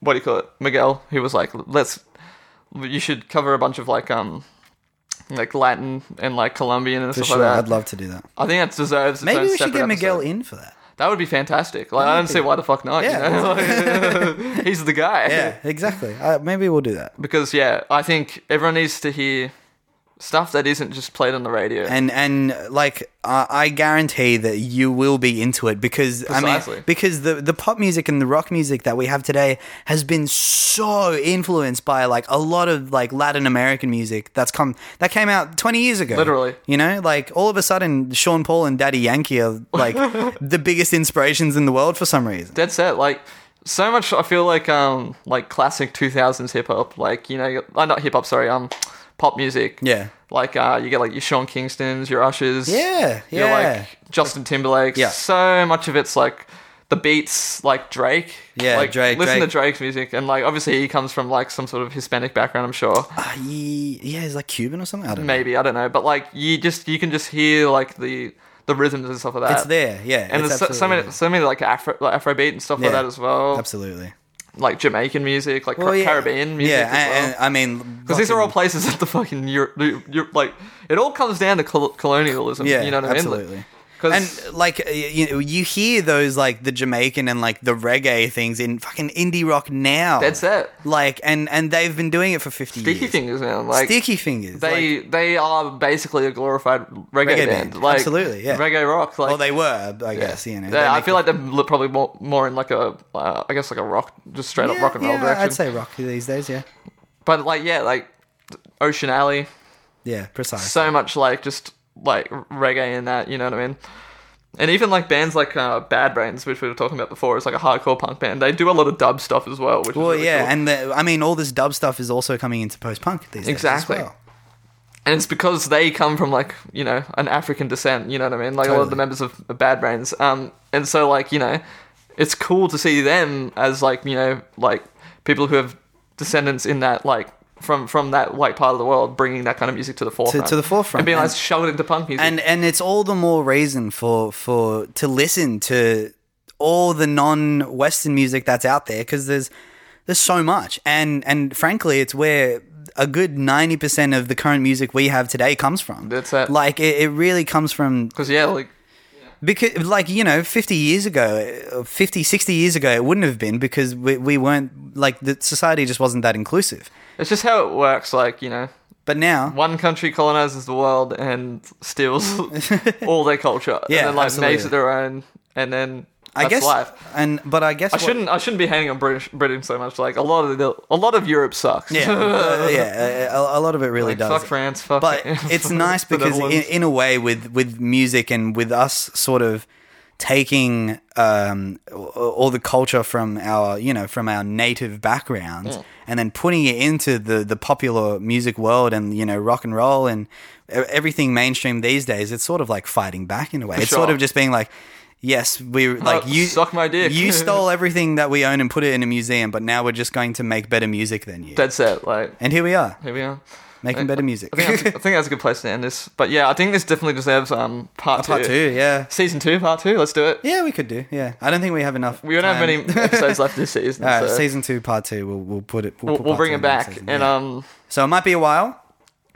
B: what do you call it, Miguel? He was like, let's, you should cover a bunch of like um, like Latin and like Colombian and
C: For
B: stuff
C: sure.
B: like that.
C: I'd love to do that.
B: I think that deserves. Its
C: Maybe
B: own
C: we should
B: separate
C: get Miguel
B: episode.
C: in for that.
B: That would be fantastic. Like I don't see why the fuck not.
C: Yeah.
B: You know? <laughs> Like, he's the guy.
C: Yeah, exactly. Uh, maybe we'll do that.
B: Because yeah, I think everyone needs to hear stuff that isn't just played on the radio.
C: And and uh, like I I guarantee that you will be into it because I
B: Precisely.
C: mean because the the pop music and the rock music that we have today has been so influenced by like a lot of like Latin American music that's come that came out 20 years ago.
B: Literally.
C: You know, like all of a sudden Sean Paul and Daddy Yankee are <laughs> like the biggest inspirations in the world for some reason.
B: Dead set. Like so much. I feel like um like classic two thousands hip hop. Like you know, you- uh, not hip hop. Sorry. Um, pop music.
C: Yeah.
B: Like uh, you get like your Sean Kingston's, your Ushers.
C: Yeah,
B: Your
C: yeah.
B: like Justin Timberlake's.
C: Yeah.
B: So much of it's like. The beats like Drake,
C: Yeah,
B: like,
C: Drake,
B: Listen
C: Drake.
B: to Drake's music, and like obviously he comes from like some sort of Hispanic background, I'm sure.
C: Uh, ye- yeah, he's like Cuban or something. I don't know.
B: maybe I don't know, but like you just you can just hear like the the rhythms and stuff like that.
C: It's there, yeah.
B: and
C: it's
B: there's so, so many
C: absolutely
B: so many like Afro like Afrobeat and stuff like
C: Yeah,
B: that as well.
C: there. Absolutely.
B: Like Jamaican music, like Car-
C: Well, yeah.
B: Caribbean music
C: Yeah,
B: as well.
C: and, and, I mean,
B: because these are all places that the fucking Europe, Europe, like it all comes down to col- colonialism.
C: yeah,
B: you know what I mean?
C: absolutely.
B: Like, 'cause-
C: and like y- you, know, you hear those like the Jamaican and like the reggae things in fucking indie rock now.
B: That's it.
C: Like and and they've been doing it for fifty
B: Sticky
C: years.
B: fingers, man. Like
C: Sticky fingers. like,
B: they they are basically a glorified reggae,
C: Reggae
B: band.
C: band,
B: Like
C: absolutely, yeah.
B: reggae rock. Like
C: well, they were, I guess. You know, they
B: Yeah, I
C: make
B: feel
C: it-
B: like they're li- probably more more in like a uh, I guess like a rock, just straight up
C: Yeah,
B: rock and roll
C: yeah,
B: direction.
C: I'd say rock these days. Yeah,
B: But like, yeah, like Ocean Alley,
C: yeah, precise.
B: so much like just like reggae in that. You know what I mean? And even like bands like uh, Bad Brains, which we were talking about before, is like a hardcore punk band. They do a lot of dub stuff as well. Which
C: Well,
B: is really
C: yeah,
B: cool.
C: and the, I mean, all this dub stuff is also coming into post punk these days. as
B: Exactly.
C: well.
B: and it's because they come from like you know an African descent. You know what I mean? Like a lot of the
C: Totally.
B: members of of Bad Brains. Um, and so like you know, it's cool to see them as like you know like people who have descendants in that like from from that like part of the world, bringing that kind of music to the forefront.
C: to the forefront,
B: and being like
C: and-
B: shoved into punk music.
C: And and it's all the more reason for for to listen to all the non Western music that's out there because there's there's so much, and and frankly, it's where a good ninety percent of the current music we have today comes from.
B: That's it.
C: Like it, it really comes from
B: because yeah, like
C: because like you know 50 years ago uh, 50 60 years ago it wouldn't have been because we, we weren't like the society just wasn't that inclusive
B: it's just how it works. Like you know,
C: but now
B: one country colonizes the world and
C: <laughs>
B: steals all their culture.
C: Yeah,
B: and then, like
C: absolutely.
B: makes it their own, and then
C: i
B: that's
C: guess
B: life.
C: and but i guess
B: I shouldn't. I shouldn't be hanging on British Britain so much. Like a lot of the, a lot of Europe sucks. <laughs>
C: yeah uh, yeah a, a- a lot of it really
B: Like,
C: does
B: fuck France. Fuck.
C: but
B: <laughs>
C: it's nice
B: the
C: because in,
B: Netherlands.
C: in a way with with music and with us sort of taking um, a- all the culture from our you know from our native backgrounds
B: Mm.
C: and then putting it into the the popular music world and you know rock and roll and e- everything mainstream these days it's sort of like fighting back in a way it's sort
B: sure. Uh,
C: of just being like yes we like you
B: suck my dick. <laughs>
C: you stole everything that we own and put it in a museum but now we're just going to make better music than you
B: dead set. Like
C: and here we are
B: here we are.
C: making better music <laughs>
B: I think, that's, I think that's a good place to end this. But yeah, I think this definitely deserves um part,
C: part two yeah
B: season two, part two. Let's do it.
C: Yeah, we could do. Yeah, I don't think we have enough.
B: We don't have
C: time.
B: many
C: <laughs>
B: episodes left this season.
C: All right,
B: so
C: season two, part two. We'll we'll put it. We'll,
B: we'll,
C: put
B: we'll
C: part
B: bring
C: two
B: it
C: in next
B: back.
C: season,
B: and
C: yeah.
B: um,
C: so it might be a while.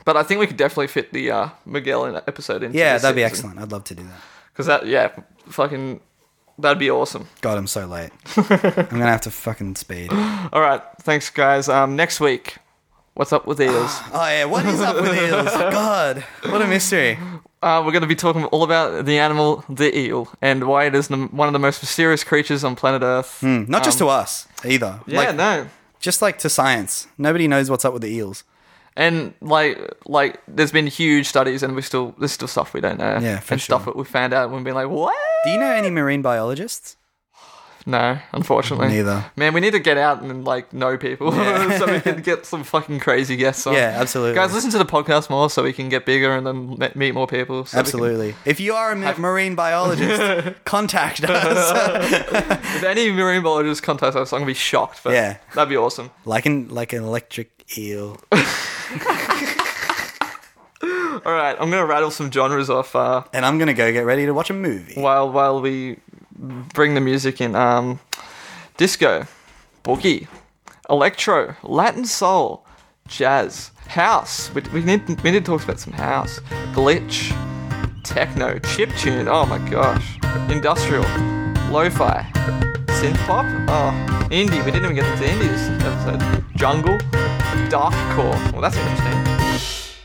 B: but I think we could definitely fit the uh, Miguel in episode into.
C: Yeah, that'd be excellent. I'd love to do that.
B: Because that, yeah, fucking, that'd be awesome.
C: God, I'm so
B: <laughs>
C: late. I'm gonna have to fucking speed. Oh
B: All right, thanks guys. Um, next week, what's up with eels?
C: yeah, what is up with
B: <laughs>
C: eels? God, what a mystery.
B: Uh, we're going to be talking all about the animal, the eel, and why it is the, one of the most mysterious creatures on planet Earth.
C: Mm, Not just to us either.
B: Um, Yeah,
C: like,
B: no.
C: just like to science. Nobody knows what's up with the eels.
B: And like, like, there's been huge studies, and we still there's still stuff we don't know.
C: Yeah, for
B: and stuff that we found out, and we've been like, what?
C: Do you know any marine biologists?
B: No, unfortunately,
C: Neither.
B: Man, we need to get out and like know people <laughs> so we can get some fucking crazy guests on.
C: Yeah, absolutely.
B: Guys, listen to the podcast more so we can get bigger and then me- meet more people. so we can-
C: Absolutely. If you are a ma- marine biologist,
B: <laughs>
C: contact us.
B: if any marine biologists contact us, I'm gonna be shocked. But
C: Yeah.
B: that'd be awesome. <laughs>
C: like an like an electric eel.
B: All right, I'm gonna rattle some genres off uh,
C: And I'm gonna go get ready to watch a movie.
B: while while we bring the music in. Um, disco, boogie, electro, Latin soul, jazz, house. We, we need we need to talk about some house. Glitch, techno, chip tune. Oh my gosh, industrial, lo-fi, synth pop. Oh, indie. We didn't even get into indie this episode. Jungle, dark core. Well, that's interesting.